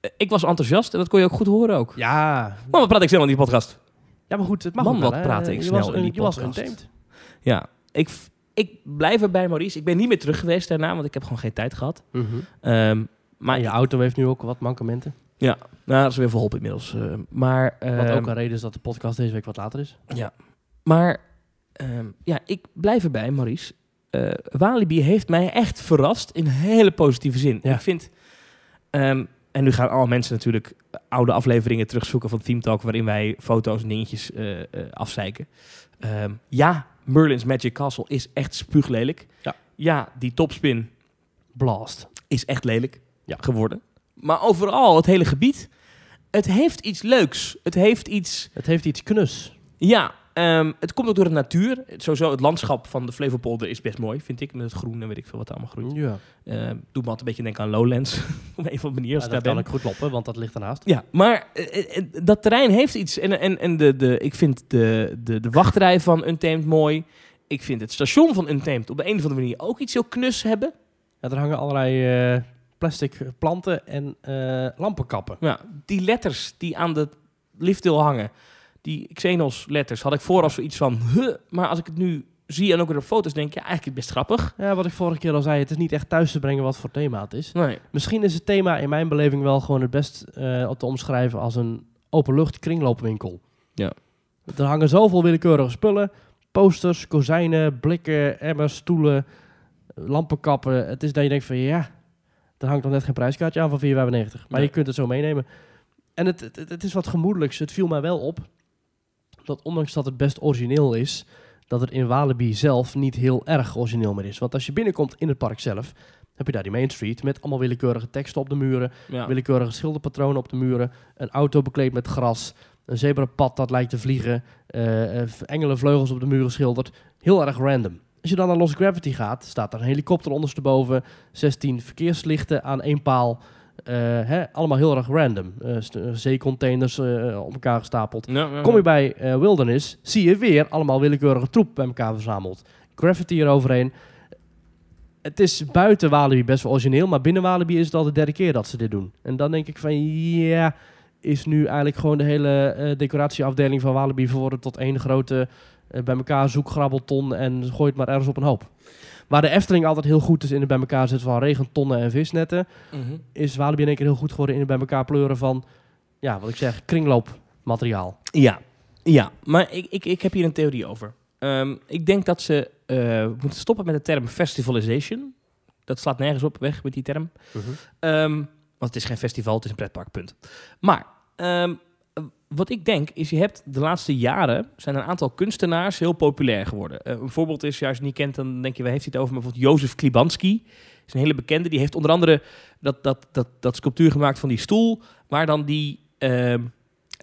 S2: Eh, ik was enthousiast en dat kon je ook goed horen ook.
S1: Ja.
S2: Maar wat praat ik snel in die podcast?
S1: Ja, maar goed, het mag
S2: Man,
S1: ook wel,
S2: wat
S1: hè.
S2: praat ik
S1: Je
S2: snel
S1: was
S2: in
S1: un-
S2: die
S1: Je was
S2: podcast.
S1: untamed.
S2: Ja, ik, f- ik blijf erbij, Maurice. Ik ben niet meer terug geweest daarna, want ik heb gewoon geen tijd gehad. Ehm, maar
S1: Maar je
S2: ja,
S1: auto heeft nu ook wat mankementen.
S2: nou, dat is weer verholpen inmiddels. Ehm, maar
S1: wat
S2: ehm,
S1: ook een reden is dat de podcast deze week wat later is.
S2: Maar ehm, ja, ik blijf erbij, Maurice. Eh, Walibi heeft mij echt verrast in hele positieve zin.
S1: Ja.
S2: Ik vind... ehm, en nu gaan alle mensen natuurlijk oude afleveringen terugzoeken van Team Talk... waarin wij foto's en dingetjes eh eh, afzeiken. Ehm, ja, Merlin's Magic Castle is echt spuuglelijk.
S1: Ja.
S2: ja, die topspin
S1: Blast.
S2: is echt lelijk
S1: Ja.
S2: geworden. Maar overal, het hele gebied... Het heeft iets leuks. Het heeft iets...
S1: Het heeft iets knus.
S2: Ja, ehm, het komt ook door de natuur. Het- Sowieso het landschap van de Flevopolder is best mooi, vind ik. Met het groen en weet ik veel wat er allemaal groeit.
S1: Ja,
S2: Ehm doet me altijd een beetje denken aan Lowlands. Op een of andere manier. Als ik
S1: dat
S2: daar
S1: kan
S2: ben.
S1: ik goed lopen, want dat ligt ernaast.
S2: Ja, maar eh, eh, eh, dat terrein heeft iets. En, en, en de, de, ik vind de, de, de wachtrij van Untamed mooi. Ik vind het station van Untamed op de een of andere manier ook iets heel knus hebben.
S1: Ja, er hangen allerlei eh, plastic planten en eh, lampenkappen.
S2: Ja, die letters die aan de liftdeel hangen, die Xenos letters, had ik vooraf zoiets van... Huh, maar als ik het nu zie en ook weer op foto's denk, ja, eigenlijk best grappig.
S1: Ja, wat ik vorige keer al zei, het is niet echt thuis te brengen wat voor thema het is.
S2: Nee.
S1: Misschien is het thema in mijn beleving wel gewoon het best eh, te omschrijven als een openlucht kringloopwinkel.
S2: Ja.
S1: Er hangen zoveel willekeurige spullen. Posters, kozijnen, blikken, emmers, stoelen, lampenkappen. Het is dat je denkt van ja, er hangt nog net geen prijskaartje aan van 4,95. Maar
S2: Nee.
S1: je kunt het zo meenemen. En het, het, het is wat gemoedelijks. Het viel mij wel op dat ondanks dat het best origineel is, dat het in Walibi zelf niet heel erg origineel meer is. Want als je binnenkomt in het park zelf, heb je daar die Main Street met allemaal willekeurige teksten op de muren,
S2: Ja.
S1: willekeurige schilderpatronen op de muren, een auto bekleed met gras, een zebrapad dat lijkt te vliegen, eh, eh, engelenvleugels op de muren geschilderd. Heel erg random. Als je dan naar Lost Gravity gaat, staat er een helikopter ondersteboven, 16 verkeerslichten aan één paal. Eh, hè, allemaal heel erg random. Eh, st- eh, zeecontainers eh, op elkaar gestapeld. Kom je bij eh, Wilderness, zie je weer allemaal willekeurige troep bij elkaar verzameld. Graffiti eroverheen. Het is buiten Walibi best wel origineel, maar binnen Walibi is het al de derde keer dat ze dit doen. En dan denk ik van, ja, is nu eigenlijk gewoon de hele eh, decoratieafdeling van Walibi verworden tot één grote eh, bij elkaar zoekgrabbelton en gooi het maar ergens op een hoop. Waar de Efteling altijd heel goed is in het bij elkaar zetten van regentonnen en visnetten, is Walibi in één keer heel goed geworden in het bij elkaar pleuren van, ja, wat ik zeg, kringloopmateriaal.
S2: Ja. ja, maar ik, ik, ik heb hier een theorie over. Ehm, ik denk dat ze eh, moeten stoppen met de term festivalization. Dat slaat nergens op weg met die term. Ehm, want het is geen festival, het is een pretpark, punt. Maar ehm, eh, wat ik denk is, je hebt de laatste jaren zijn een aantal kunstenaars heel populair geworden. Eh, een voorbeeld is, ja, als je het niet kent, dan denk je, waar heeft hij het over? Maar bijvoorbeeld Jozef Klibanski is een hele bekende. Die heeft onder andere dat, dat, dat, dat sculptuur gemaakt van die stoel, waar dan die ehm,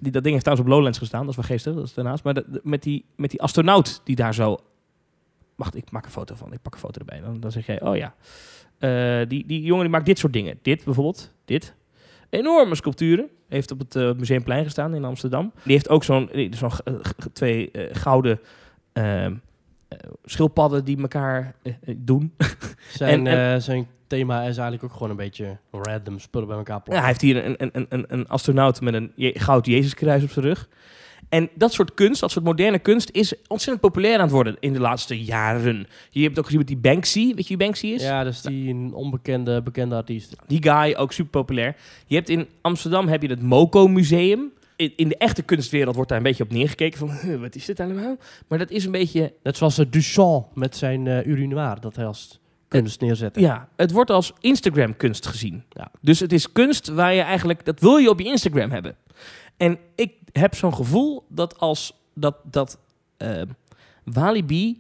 S2: Die, dat ding heeft trouwens op Lowlands gestaan, dat is wel geestig, dat is daarnaast. Maar dat- met, die, met die astronaut die daar zo... Wacht, ik maak een foto van, ik pak een foto erbij. Dan, dan zeg jij, oh ja, Eh, die, die jongen die maakt dit soort dingen. Dit bijvoorbeeld, dit. Enorme sculpturen. Heeft op het eh, Museumplein gestaan in Amsterdam. Die heeft ook zo'n eh, zo'n g- eh, g- twee eh, gouden ehm, eh, schildpadden die elkaar eh, eh, doen.
S1: Zijn,
S2: en-
S1: eh, zijn thema is eigenlijk ook gewoon een beetje random spullen bij elkaar
S2: Ja,
S1: plakken.
S2: hij heeft hier een, een, een- een, een astronaut met een je, goud Jezuskruis op zijn rug. En dat soort kunst, dat soort moderne kunst, is ontzettend populair aan het worden in de laatste jaren. Je hebt ook gezien met die Banksy, weet je wie Banksy is?
S1: Ja, dus die een onbekende, bekende artiest.
S2: Die guy, ook super populair. Je hebt in Amsterdam heb je het Moco Museum. In, in de echte kunstwereld wordt daar een beetje op neergekeken van, "Huh, wat is dit allemaal? Maar dat is een beetje,
S1: Net zoals eh, Duchamp met zijn eh, urinoir, dat hij als kunst neerzette.
S2: ja, het wordt als Instagram kunst gezien.
S1: Ja.
S2: Dus het is kunst waar je eigenlijk, dat wil je op je Instagram hebben. En ik heb zo'n gevoel dat als, dat, dat eh, Walibi,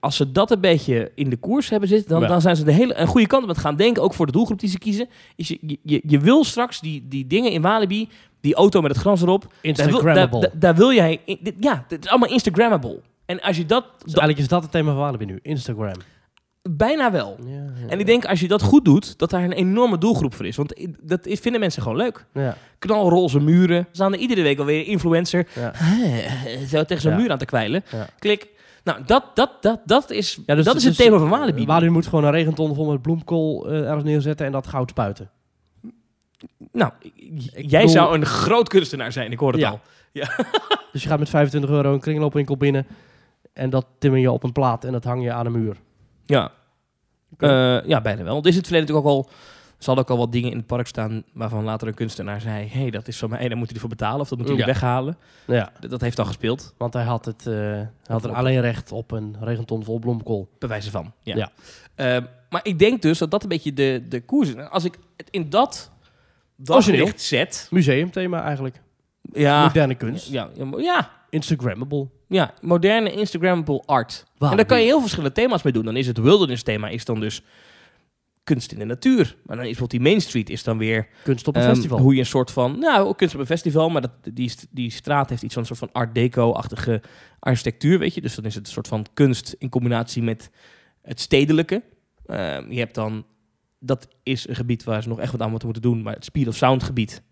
S2: als ze dat een beetje in de koers hebben zitten, dan,
S1: Ja.
S2: dan zijn ze de hele een goede kant op het gaan denken, ook voor de doelgroep die ze kiezen. Is je, je- je, je wil straks die, die dingen in Walibi, die auto met het gras erop, daar wil, daar,
S1: Instagrammable.
S2: daar- daar wil jij, in- dit- ja, het is allemaal Instagrammable. En als je dat,
S1: Dus eigenlijk is dat het thema van Walibi nu, Instagram.
S2: bijna wel.
S1: Ja, ja.
S2: En ik denk als je dat goed doet, dat daar een enorme doelgroep voor is. Want i- dat i- vinden mensen gewoon leuk.
S1: Ja,
S2: Knalroze muren. Er Staan er iedere week alweer een influencer
S1: ja.
S2: zo tegen zo'n
S1: Eh, Ja.
S2: muur aan te kwijlen.
S1: Ja.
S2: Klik. Nou, dat, dat, dat, dat is,
S1: Ja, dus
S2: dat is het thema van Walibi.
S1: Walibi moet gewoon een regenton vol met bloemkool eh, ergens neerzetten en dat goud spuiten.
S2: nou, j- jij
S1: bedoel-
S2: zou een groot kunstenaar zijn, ik hoor het
S1: Ja.
S2: al.
S1: Dus je gaat met 25 euro een kringloopwinkel binnen en dat timmer je op een plaat en dat hang je aan een muur.
S2: Ja.
S1: Oké.
S2: Eh, ja, bijna wel. Want is het verleden natuurlijk ook al... Er zal ook al wat dingen in het park staan waarvan later een kunstenaar zei... hé, hey, dat is van mij, daar moet hij ervoor betalen of dat moet hij
S1: Ja.
S2: weghalen.
S1: Nou ja,
S2: D- Dat heeft al gespeeld.
S1: want hij had, het, eh, hij had er alleen recht op een regenton vol bloemkool.
S2: bewijzen van. Ja.
S1: Ja.
S2: Ehm, maar ik denk dus dat dat een beetje de, de koers is. En Als ik het in dat
S1: Origineel.
S2: daglicht zet...
S1: Museumthema eigenlijk.
S2: Ja,
S1: Moderne kunst.
S2: Ah. ja, ja, mo- ja,
S1: Instagrammable.
S2: ja, moderne Instagrammable art. en daar kan je heel verschillende thema's mee doen. Dan is het wilderness thema is dan dus kunst in de natuur. Maar dan is bijvoorbeeld die Main Street is dan weer...
S1: Kunst op een
S2: ehm,
S1: festival.
S2: Hoe je een soort van... Nou, ook kunst op een festival, maar dat, die, st- die straat heeft iets van een soort van art deco-achtige architectuur, weet je. Dus dan is het een soort van kunst in combinatie met het stedelijke. Ehm, je hebt dan... Dat is een gebied waar ze nog echt wat aan moeten moeten doen, maar het speed of sound gebied...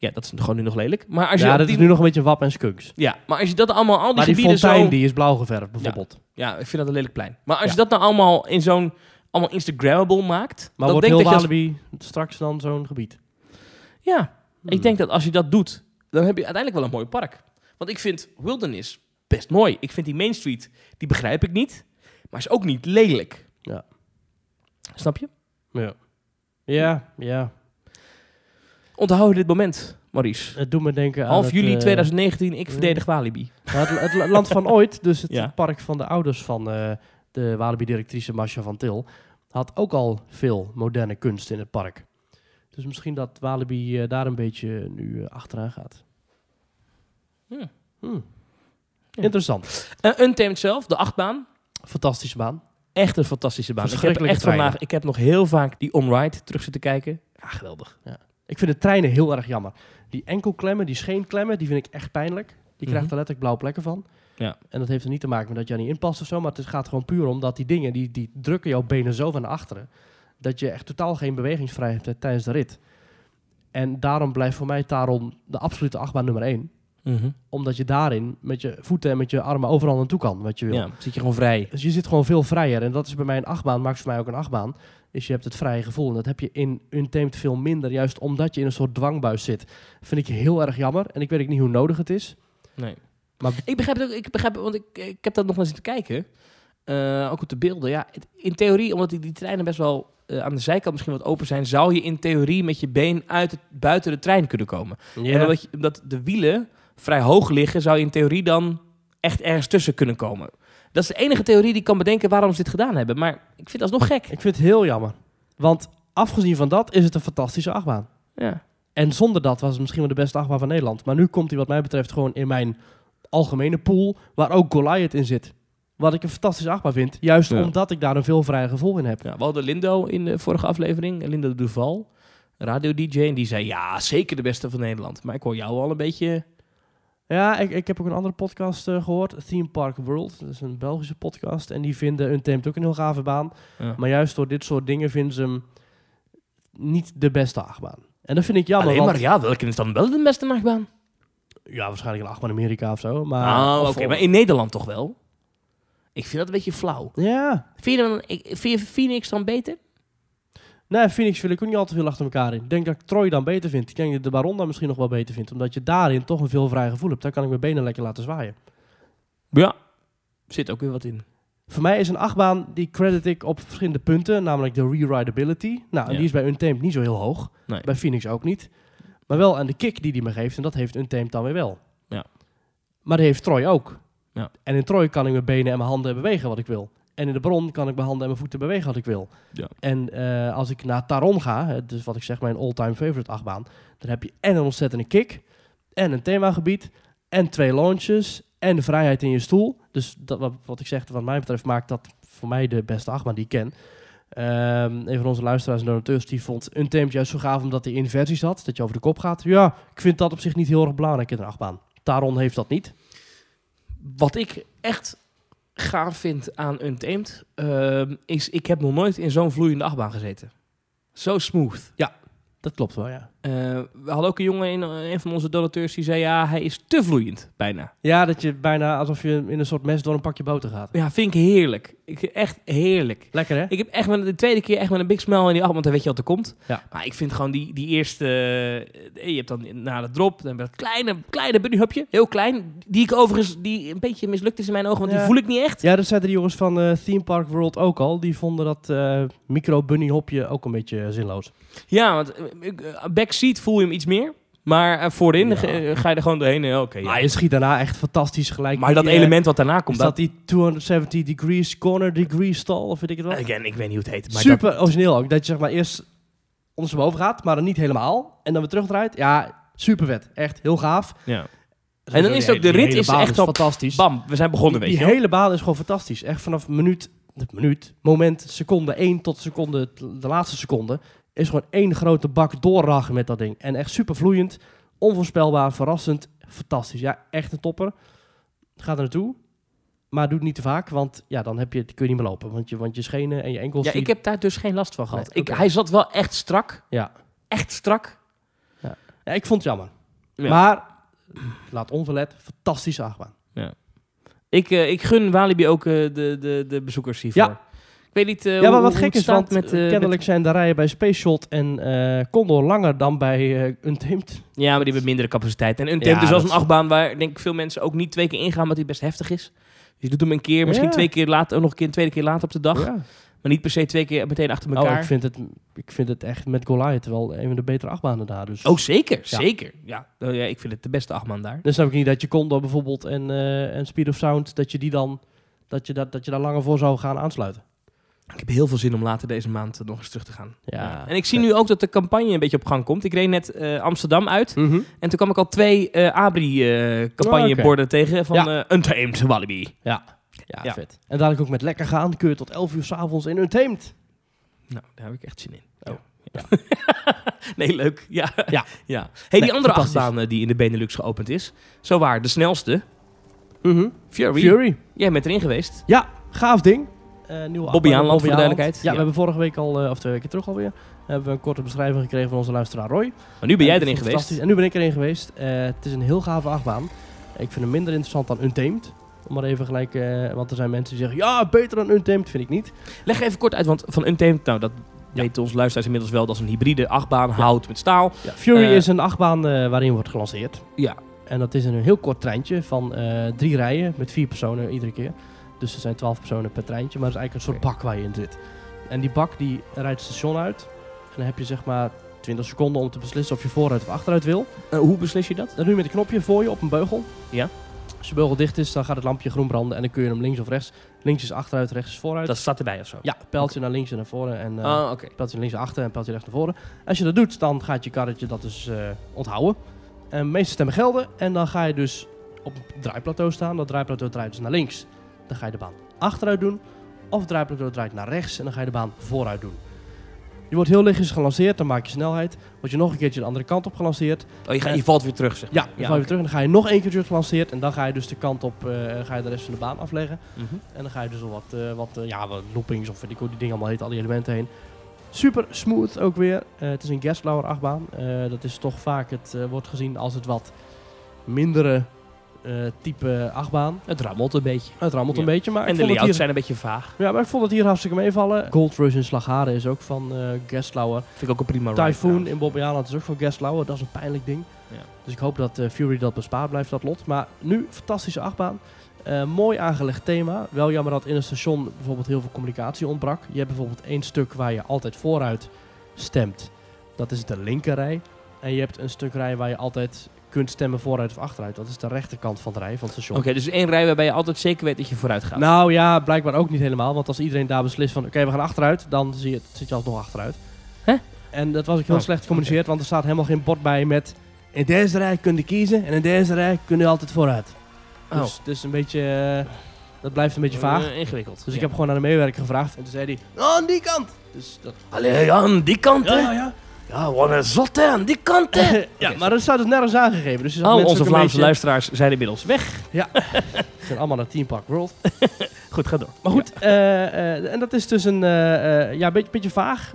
S2: Ja, dat is gewoon nu nog lelijk. Maar als je
S1: ja,
S2: op
S1: dat
S2: die-
S1: is nu nog een beetje wap en skunks.
S2: ja, maar als je dat allemaal, al die
S1: Maar die
S2: gebieden
S1: fontein
S2: zo...
S1: die is blauw geverfd bijvoorbeeld.
S2: Ja, ik vind dat een lelijk plein. Maar als
S1: Ja.
S2: je dat nou allemaal in zo'n... Allemaal Instagrammable maakt...
S1: Maar
S2: dan
S1: wordt
S2: denk
S1: heel
S2: ik dat je als-
S1: Walibi straks dan zo'n gebied?
S2: Ja,
S1: Hmm.
S2: Ik denk dat als je dat doet, dan heb je uiteindelijk wel een mooi park. Want ik vind Wilderness best mooi. Ik vind die Main Street, die begrijp ik niet. Maar is ook niet lelijk.
S1: Ja.
S2: Snap je?
S1: Ja. Ja, ja.
S2: Onthouden dit moment, Maurice.
S1: Het doet me denken aan
S2: Half
S1: het,
S2: juli
S1: eh,
S2: 2019, ik
S1: ja.
S2: verdedig Walibi.
S1: Maar Nou, het, het la- land van ooit, dus het
S2: Ja.
S1: park van de ouders van eh, de Walibi-directrice Marcia van Til, had ook al veel moderne kunst in het park. Dus misschien dat Walibi eh, daar een beetje nu eh, achteraan gaat.
S2: Hmm.
S1: Hmm.
S2: Ja.
S1: Interessant.
S2: Uh, Untamed zelf, de achtbaan.
S1: Fantastische baan.
S2: Echt een fantastische baan. Ik heb,
S1: Verschrikkelijke
S2: echt
S1: treinen.
S2: vandaag, ik heb nog heel vaak die on-ride terug zitten kijken. Ja, geweldig.
S1: Ik vind de treinen heel erg jammer. Die enkelklemmen, die scheenklemmen, die vind ik echt pijnlijk. Je krijgt
S2: Mhm.
S1: er letterlijk blauwe plekken van.
S2: Ja.
S1: En dat heeft er niet te maken met dat jij niet inpast of zo. Maar het gaat gewoon puur om dat die dingen, die, die drukken jouw benen zo van achteren. Dat je echt totaal geen bewegingsvrijheid hebt tijdens de rit. En daarom blijft voor mij Taron de absolute achtbaan nummer één. Omdat je daarin met je voeten en met je armen overal naartoe kan wat je wil.
S2: Ja, dan zit je gewoon vrij.
S1: Dus je zit gewoon veel vrijer. En dat is bij mij een achtbaan, maakt voor mij ook een achtbaan. Is je hebt het vrije gevoel. En dat heb je in Untamed veel minder. Juist omdat je in een soort dwangbuis zit. Vind ik heel erg jammer. En ik weet ook niet hoe nodig het is.
S2: Nee.
S1: Maar-
S2: ik begrijp het ook, ik begrijp, het, want ik, ik heb dat nog eens te kijken. Eh, ook op de beelden. Ja, het- in theorie, omdat die, die treinen best wel eh, aan de zijkant misschien wat open zijn, zou je in theorie met je been uit het, buiten de trein kunnen komen. En omdat, je, omdat de wielen vrij hoog liggen, zou je in theorie dan echt ergens tussen kunnen komen. Dat is de enige theorie die ik kan bedenken waarom ze dit gedaan hebben. Maar ik vind dat nog gek.
S1: Ik vind het heel jammer. Want afgezien van dat is het een fantastische achtbaan.
S2: Ja.
S1: En zonder dat was het misschien wel de beste achtbaan van Nederland. Maar nu komt hij wat mij betreft gewoon in mijn algemene pool. Waar ook Goliath in zit. Wat ik een fantastische achtbaan vind. Juist
S2: Ja.
S1: omdat ik daar een veel vrijer gevoel in heb.
S2: Ja, we hadden Lindo in de vorige aflevering, Lindo eh, Duval. radio-dj. En die zei, ja, zeker de beste van Nederland. Maar ik hoor jou al een beetje...
S1: Ja, ik, ik heb ook een andere podcast eh, gehoord, Theme Park World. Dat is een Belgische podcast. En die vinden Untamed ook een heel gave baan.
S2: Ja.
S1: Maar juist door dit soort dingen vinden ze hem niet de beste achtbaan. En dat vind ik jammer,
S2: Alleen
S1: want...
S2: maar, ja, welke is dan wel de beste nachtbaan?
S1: Ja, waarschijnlijk een achtbaan in Amerika of zo. Maar,
S2: Ah,
S1: of-
S2: oké, maar in Nederland toch wel? Ik vind dat een beetje flauw.
S1: Ja.
S2: Vind je, dan, ik- vind je Phoenix dan beter?
S1: Nee, Phoenix wil ik ook niet al te veel achter elkaar in. Ik denk dat ik Troy dan beter vind. Ik denk dat de Baron dan misschien nog wel beter vindt. Omdat je daarin toch een veel vrij gevoel hebt. Daar kan ik mijn benen lekker laten zwaaien.
S2: Ja. Zit ook weer wat in.
S1: Voor mij is een achtbaan, die credit ik op verschillende punten. Namelijk de rewritability. Nou, en
S2: Ja.
S1: die is bij Untamed niet zo heel hoog.
S2: Nee.
S1: Bij Phoenix ook niet. Maar wel aan de kick die die me geeft. En dat heeft Untamed dan weer wel.
S2: Ja.
S1: Maar die heeft Troy ook.
S2: Ja.
S1: En in Troy kan ik mijn benen en mijn handen bewegen wat ik wil. En in de bron kan ik mijn handen en mijn voeten bewegen wat ik wil.
S2: Ja.
S1: En eh, als ik naar Taron ga, hè, dus wat ik zeg mijn all-time favorite achtbaan, dan heb je en een ontzettende kick, en een themagebied, en twee launches, en de vrijheid in je stoel. Dus dat, wat, wat ik zeg, wat mij betreft, maakt dat voor mij de beste achtbaan die ik ken. Ehm, een van onze luisteraars en donateurs die vond een teamt juist zo gaaf omdat hij in versies had, dat je over de kop gaat. Ja, ik vind dat op zich niet heel erg belangrijk in een achtbaan. Taron heeft dat niet.
S2: Wat ik echt gaaf vind aan Untamed, ehm, is ik heb nog nooit in zo'n vloeiende achtbaan gezeten. Zo smooth.
S1: Dat klopt wel, ja.
S2: Eh, we hadden ook een jongen, in, eh, een van onze donateurs, die zei ja, hij is te vloeiend, bijna.
S1: Ja, dat je bijna alsof je in een soort mes door een pakje boter gaat.
S2: Ja, vind ik heerlijk. Ik, echt heerlijk.
S1: Lekker, hè?
S2: Ik heb echt met, de tweede keer echt met een big smile in die achtbaan, want dan weet je wat er komt.
S1: Ja.
S2: Maar ik vind gewoon die, die eerste, eh, je hebt dan na de drop, dan dat kleine, kleine bunnyhupje, heel klein, die ik overigens, die een beetje mislukt is in mijn ogen, want
S1: Ja.
S2: die voel ik niet echt.
S1: Ja, dat zeiden die jongens van eh, Theme Park World ook al. Die vonden dat eh, micro bunny hopje ook een beetje eh, zinloos.
S2: Ja, want eh, ik- eh, backseat voel je hem iets meer. Maar eh, voorin
S1: Ja.
S2: ge- eh, ga je er gewoon doorheen. en ja, Oké. ja.
S1: Maar je schiet daarna echt fantastisch gelijk.
S2: Maar dat
S1: Die, eh,
S2: element wat daarna komt,
S1: Is dat
S2: dat,
S1: die 270 degrees corner degree stall of weet ik het wat?
S2: again, ik weet niet hoe het heet. Maar dat-
S1: Super origineel ook. Dat je zeg maar eerst ondersteboven gaat, maar dan niet helemaal. En dan weer terugdraait. Ja, super vet. Echt heel gaaf.
S2: ja. En dan is het ook, de
S1: Die
S2: rit
S1: hele
S2: is
S1: baan
S2: echt op-
S1: fantastisch.
S2: Bam, we zijn begonnen,
S1: die
S2: weet je.
S1: die
S2: wel.
S1: hele baan is gewoon fantastisch. Echt vanaf minuut, minuut, moment, seconde 1 tot seconde, de laatste seconde, is gewoon één grote bak doorragen met dat ding. En echt super vloeiend, onvoorspelbaar, verrassend, fantastisch. Ja, echt een topper. Ga er naartoe. Maar doe het niet te vaak, want ja, dan heb je, kun je niet meer lopen. Want je, want je schenen en je enkels...
S2: Ja,
S1: die-
S2: ik heb daar dus geen last van gehad.
S1: Nee, oké.
S2: ik, hij zat wel echt strak.
S1: Ja.
S2: Echt strak.
S1: Ja, ik vond het jammer.
S2: Ja.
S1: Maar, laat onverlet, fantastische achtbaan.
S2: Ik, eh, ik gun Walibi ook eh, de, de, de bezoekers hiervoor.
S1: Ja.
S2: Ik weet niet eh,
S1: Ja,
S2: hoe,
S1: maar wat
S2: hoe
S1: gek
S2: het
S1: is,
S2: staat
S1: want
S2: met...
S1: eh,
S2: eh,
S1: kennelijk
S2: met-
S1: zijn de rijen bij Space Shot en eh Condor langer dan bij eh Untamed.
S2: ja, maar die hebben mindere capaciteit. En Untamed is
S1: Ja,
S2: als
S1: dat
S2: een
S1: is-
S2: achtbaan waar denk ik veel mensen ook niet twee keer ingaan, omdat die best heftig is. Dus je doet hem een keer, misschien
S1: Ja.
S2: twee keer later, nog een keer een tweede keer later op de dag.
S1: Ja.
S2: Maar niet per se twee keer meteen achter
S1: Oh,
S2: elkaar.
S1: ik vind, het, ik vind het echt met Goliath wel een van de betere achtbanen daar. Dus,
S2: Oh, zeker.
S1: Ja.
S2: Zeker. Ja. Oh, ja, ik vind het de beste achtbaan daar.
S1: dus snap ik niet dat je Condor bijvoorbeeld en, eh, en Speed of Sound, dat je die dan, dat je, dat, dat je daar langer voor zou gaan aansluiten.
S2: Ik heb heel veel zin om later deze maand eh, nog eens terug te gaan.
S1: Ja.
S2: En ik zie nu ook dat de campagne een beetje op gang komt. Ik reed net eh, Amsterdam uit. En toen kwam ik al twee eh, ABRI-campagneborden tegen van eh Untamed Walibi.
S1: Ja,
S2: Ja.
S1: vet. En dadelijk ook met lekker gaan, kun je tot 11 uur s'avonds in Untamed.
S2: Nou, daar heb ik echt zin in.
S1: Oh.
S2: Ja. nee, leuk. Ja.
S1: Ja.
S2: ja. Hey,
S1: Nee,
S2: die andere
S1: fantastisch.
S2: achtbaan eh, die in de Benelux geopend is. Zo waar, de snelste. Mhm. Fury.
S1: Fury.
S2: Jij bent erin geweest.
S1: Ja, gaaf ding. Eh, nieuwe
S2: Bobby
S1: achtbaan van
S2: Aanland, voor de
S1: Aanland.
S2: duidelijkheid.
S1: Ja,
S2: Ja.
S1: we hebben vorige week al, eh, of twee weken terug alweer, hebben we een korte beschrijving gekregen van onze luisteraar Roy.
S2: Maar nu ben jij
S1: En
S2: erin
S1: ik vond het
S2: geweest.
S1: fantastisch. En nu ben ik erin geweest. Eh, het is een heel gave achtbaan. Ik vind hem minder interessant dan Untamed. Om maar even gelijk... eh, want er zijn mensen die zeggen... Ja, beter dan Untamed. Vind ik niet.
S2: Leg even kort uit, want van Untamed, nou dat
S1: Ja.
S2: weten onze luisteraars inmiddels wel, dat is een hybride achtbaan, hout met staal.
S1: Ja, Fury
S2: Eh,
S1: is een achtbaan eh, waarin wordt gelanceerd.
S2: Ja.
S1: En dat is een heel kort treintje van eh, drie rijen met vier personen iedere keer. Dus er zijn twaalf personen per treintje, maar het is eigenlijk een soort
S2: Oké.
S1: bak waar je in zit. En die bak die rijdt het station uit. En dan heb je zeg maar 20 seconden om te beslissen of je vooruit of achteruit wil.
S2: Eh, hoe beslis je dat?
S1: Dan doe je met een knopje voor je op een beugel.
S2: Ja.
S1: Als je beugel dicht is, dan gaat het lampje groen branden en dan kun je hem links of rechts. Links is achteruit, rechts is vooruit.
S2: Dat staat erbij of zo.
S1: Ja, pijltje naar links en naar voren en eh
S2: Ah, oké.
S1: pijltje naar links naar achter en pijltje rechts naar voren. Als je dat doet, dan gaat je karretje dat dus eh, onthouden. En de meeste stemmen gelden en dan ga je dus op een draaiplateau staan. Dat draaiplateau draait dus naar links. Dan ga je de baan achteruit doen. Of het draaiplateau draait naar rechts en dan ga je de baan vooruit doen. Je wordt heel lichtjes gelanceerd, dan maak je snelheid. Word je nog een keertje de andere kant op gelanceerd.
S2: Oh, je, gaat, je valt weer terug, zeg.
S1: Ja, dan val je weer
S2: oké.
S1: terug en dan ga je nog één keertje gelanceerd. En dan ga je dus de kant op, eh, ga je de rest van de baan afleggen.
S2: Mhm.
S1: En dan ga je dus al wat, eh, wat, eh, ja, wat loopings of weet ik hoe die dingen allemaal heet, al die elementen heen. Super smooth ook weer. Eh, het is een Gerslauer achtbaan. Eh, dat is toch vaak, het eh, wordt gezien als het wat mindere eh, type achtbaan.
S2: Het rammelt een beetje.
S1: Het rammelt
S2: Ja.
S1: een beetje, maar ik,
S2: en de
S1: vond het
S2: layouts
S1: hier,
S2: zijn een beetje vaag.
S1: ja, maar ik vond het hier hartstikke meevallen. Gold Rush in Slagharen is ook van eh Gerslauer.
S2: Vind ik ook een prima ride
S1: Typhoon
S2: trouwens.
S1: in Bobby Island is ook van Gastlauer. Dat is een pijnlijk ding.
S2: Ja.
S1: Dus ik hoop dat eh, Fury dat bespaard blijft, dat lot. Maar nu, fantastische achtbaan. Eh, mooi aangelegd thema. Wel jammer dat in een station bijvoorbeeld heel veel communicatie ontbrak. Je hebt bijvoorbeeld één stuk waar je altijd vooruit stemt. Dat is de linkerrij. En je hebt een stuk rij waar je altijd kunt stemmen vooruit of achteruit. Dat is de rechterkant van de rij van het station.
S2: Oké, dus één rij waarbij je altijd zeker weet dat je vooruit gaat.
S1: Nou ja, blijkbaar ook niet helemaal. Want als iedereen daar beslist van, oké, we gaan achteruit, dan zie je, het- zit je alsnog achteruit.
S2: Hè?
S1: En dat was ook heel
S2: Oh,
S1: slecht gecommuniceerd, want er staat helemaal geen bord bij met... In deze rij kun je kiezen en in deze rij kun je altijd vooruit.
S2: Oh.
S1: Dus, dus een beetje... eh, dat blijft een beetje vaag.
S2: Eh, ingewikkeld.
S1: Dus
S2: Ja.
S1: ik heb gewoon naar de medewerker gevraagd en toen zei hij... "Oh, aan die kant! Dus dat...
S4: Allee, aan die kant, hè?
S1: ja, ja.
S4: Ja, wat een zot, hè? Aan die kant, hè?
S1: ja, maar dat staat dus nergens aangegeven. Dus
S2: Al Eh. Oh, onze Vlaamse luisteraars zijn inmiddels weg.
S1: Het zijn allemaal naar Team Park World.
S2: Goed, ga door.
S1: Maar goed, eh, eh, en dat is dus een eh, eh, ja, beetje, beetje vaag.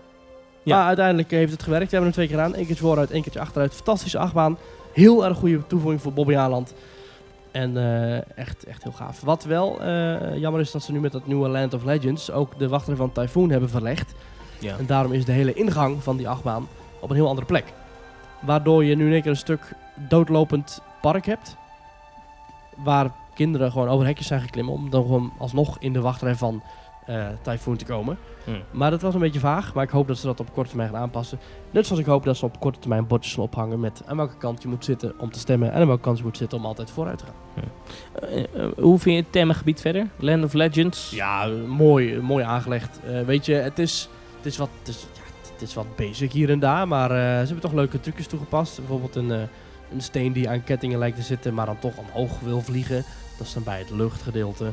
S2: Ja.
S1: Maar uiteindelijk heeft het gewerkt. We hebben hem twee keer gedaan. Eén keertje vooruit, één keertje achteruit. Fantastische achtbaan. Heel erg goede toevoeging voor Bobby Aland. En eh, echt, echt heel gaaf. Wat wel eh, jammer is dat ze nu met dat nieuwe Land of Legends ook de wachtrij van Typhoon hebben verlegd.
S2: Ja.
S1: En daarom is de hele ingang van die achtbaan op een heel andere plek. Waardoor je nu in één keer een stuk doodlopend park hebt. Waar kinderen gewoon over hekjes zijn geklimmen. Om dan gewoon alsnog in de wachtrij van eh Typhoon te komen.
S2: Hmm.
S1: Maar dat was een beetje vaag. Maar ik hoop dat ze dat op korte termijn gaan aanpassen. Net zoals ik hoop dat ze op korte termijn bordjes gaan ophangen. Met aan welke kant je moet zitten om te stemmen. En aan welke kant je moet zitten om altijd vooruit te gaan.
S2: Eh, eh, hoe vind je het themagebied verder? Land of Legends?
S1: Ja, eh, mooi, eh, mooi aangelegd. Eh, weet je, het is, het, is wat, het, is, ja, het- het is wat basic hier en daar, maar eh, ze hebben toch leuke trucjes toegepast. Bijvoorbeeld een, eh, een steen die aan kettingen lijkt te zitten, maar dan toch omhoog wil vliegen. Dat is dan bij het luchtgedeelte.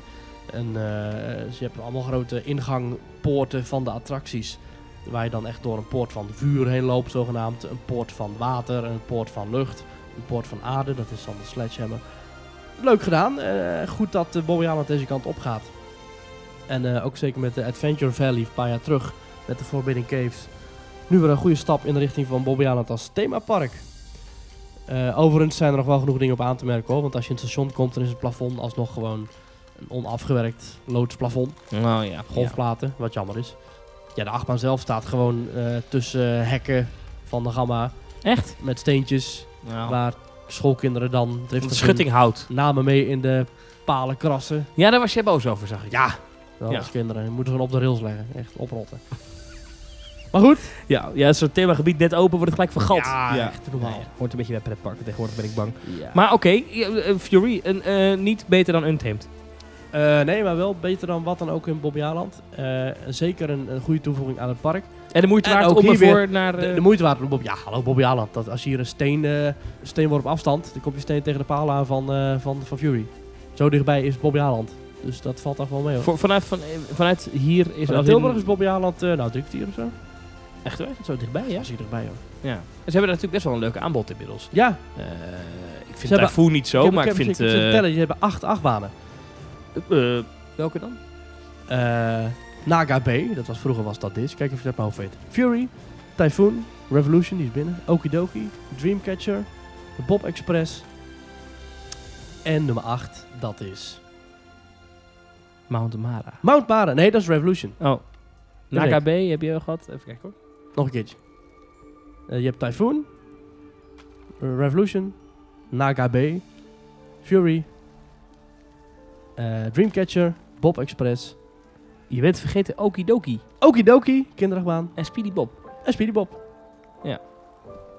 S1: En eh, ze hebben allemaal grote ingangpoorten van de attracties. Waar je dan echt door een poort van vuur heen loopt, zogenaamd. Een poort van water, een poort van lucht, een poort van aarde. Dat is dan de sledgehammer. Leuk gedaan. Eh, goed dat de Bobby Allen deze kant op gaat. En eh, ook zeker met de Adventure Valley een paar jaar terug met de Forbidden Caves. Nu weer een goede stap in de richting van Bobby Island als themapark. Eh overigens zijn er nog wel genoeg dingen op aan te merken hoor. Want als je in het station komt, dan is het plafond alsnog gewoon een onafgewerkt loodsplafond.
S2: Nou ja, golf.
S1: Golfplaten, wat jammer is. Ja, de achtbaan zelf staat gewoon eh, tussen eh, hekken van de gamma
S2: Echt?
S1: met steentjes.
S2: Nou,
S1: Waar schoolkinderen dan
S2: de
S1: driftig
S2: schutting houdt.
S1: hun namen mee in de palen krassen.
S2: Ja, daar was jij boos over, zag ik.
S1: Ja. Dat
S2: Ja.
S1: als kinderen. Je moet ze gewoon op de rails leggen. Echt oprotten. maar goed.
S2: Ja, ja zo'n themagebied net open wordt het gelijk vergald.
S1: Ja, echt normaal.
S2: Nee, hoort een beetje bij pretparken. Tegenwoordig ben ik bang.
S1: Ja.
S2: Maar oké, ja, eh, Fury, een, eh, niet beter dan Untamed.
S1: Eh, nee, maar wel beter dan wat dan ook in Bobbejaanland. Eh zeker een, een goede toevoeging aan het park.
S2: En de moeite
S1: En
S2: waard
S1: ook
S2: om
S1: hier
S2: ervoor naar...
S1: De,
S2: eh,
S1: de moeite waard om Bob... Ja, hallo Bobbejaanland. Dat als je hier een steen, eh steenworp afstand, dan komt je steen tegen de paal aan van, eh, van, van Fury. Zo dichtbij is Bobbejaanland. Dus dat valt toch wel mee hoor.
S2: voor, vanuit, van, eh, vanuit hier is
S1: Vanuit
S2: als in-
S1: Tilburg is Bobbejaanland, eh nou drie kwartier of zo.
S2: Echt waar? Zo dichtbij, ja?
S1: Ja, zie je dichtbij hoor.
S2: ja. En ze hebben daar natuurlijk best wel een leuk aanbod inmiddels.
S1: Ja,
S2: Eh, ik vind
S1: hebben-
S2: Typhoon niet zo,
S1: ik heb-
S2: maar ik
S1: heb-
S2: vind...
S1: heb-
S2: eh,
S1: vertellen, je hebt acht achtbanen.
S2: eh, welke dan?
S1: Eh, Naga B, dat was vroeger was dat dit. Kijk of je dat op mijn hoofd weet. Fury, Typhoon, Revolution, die is binnen. Okidoki, Dreamcatcher, de Bob Express. En nummer 8, dat is
S2: Mount Mara.
S1: Mount Mara. Nee, dat is Revolution.
S2: Oh.
S1: Dat
S2: Naka B heb je al gehad? Even kijken hoor.
S1: Nog een keertje. Eh, je hebt Typhoon, eh, Revolution, Naga B, Fury, eh, Dreamcatcher, Bob Express,
S2: Je bent vergeten Okidoki
S1: Okidoki, kinderachtbaan.
S2: en Speedy Bob.
S1: En Speedy Bob.
S2: Ja.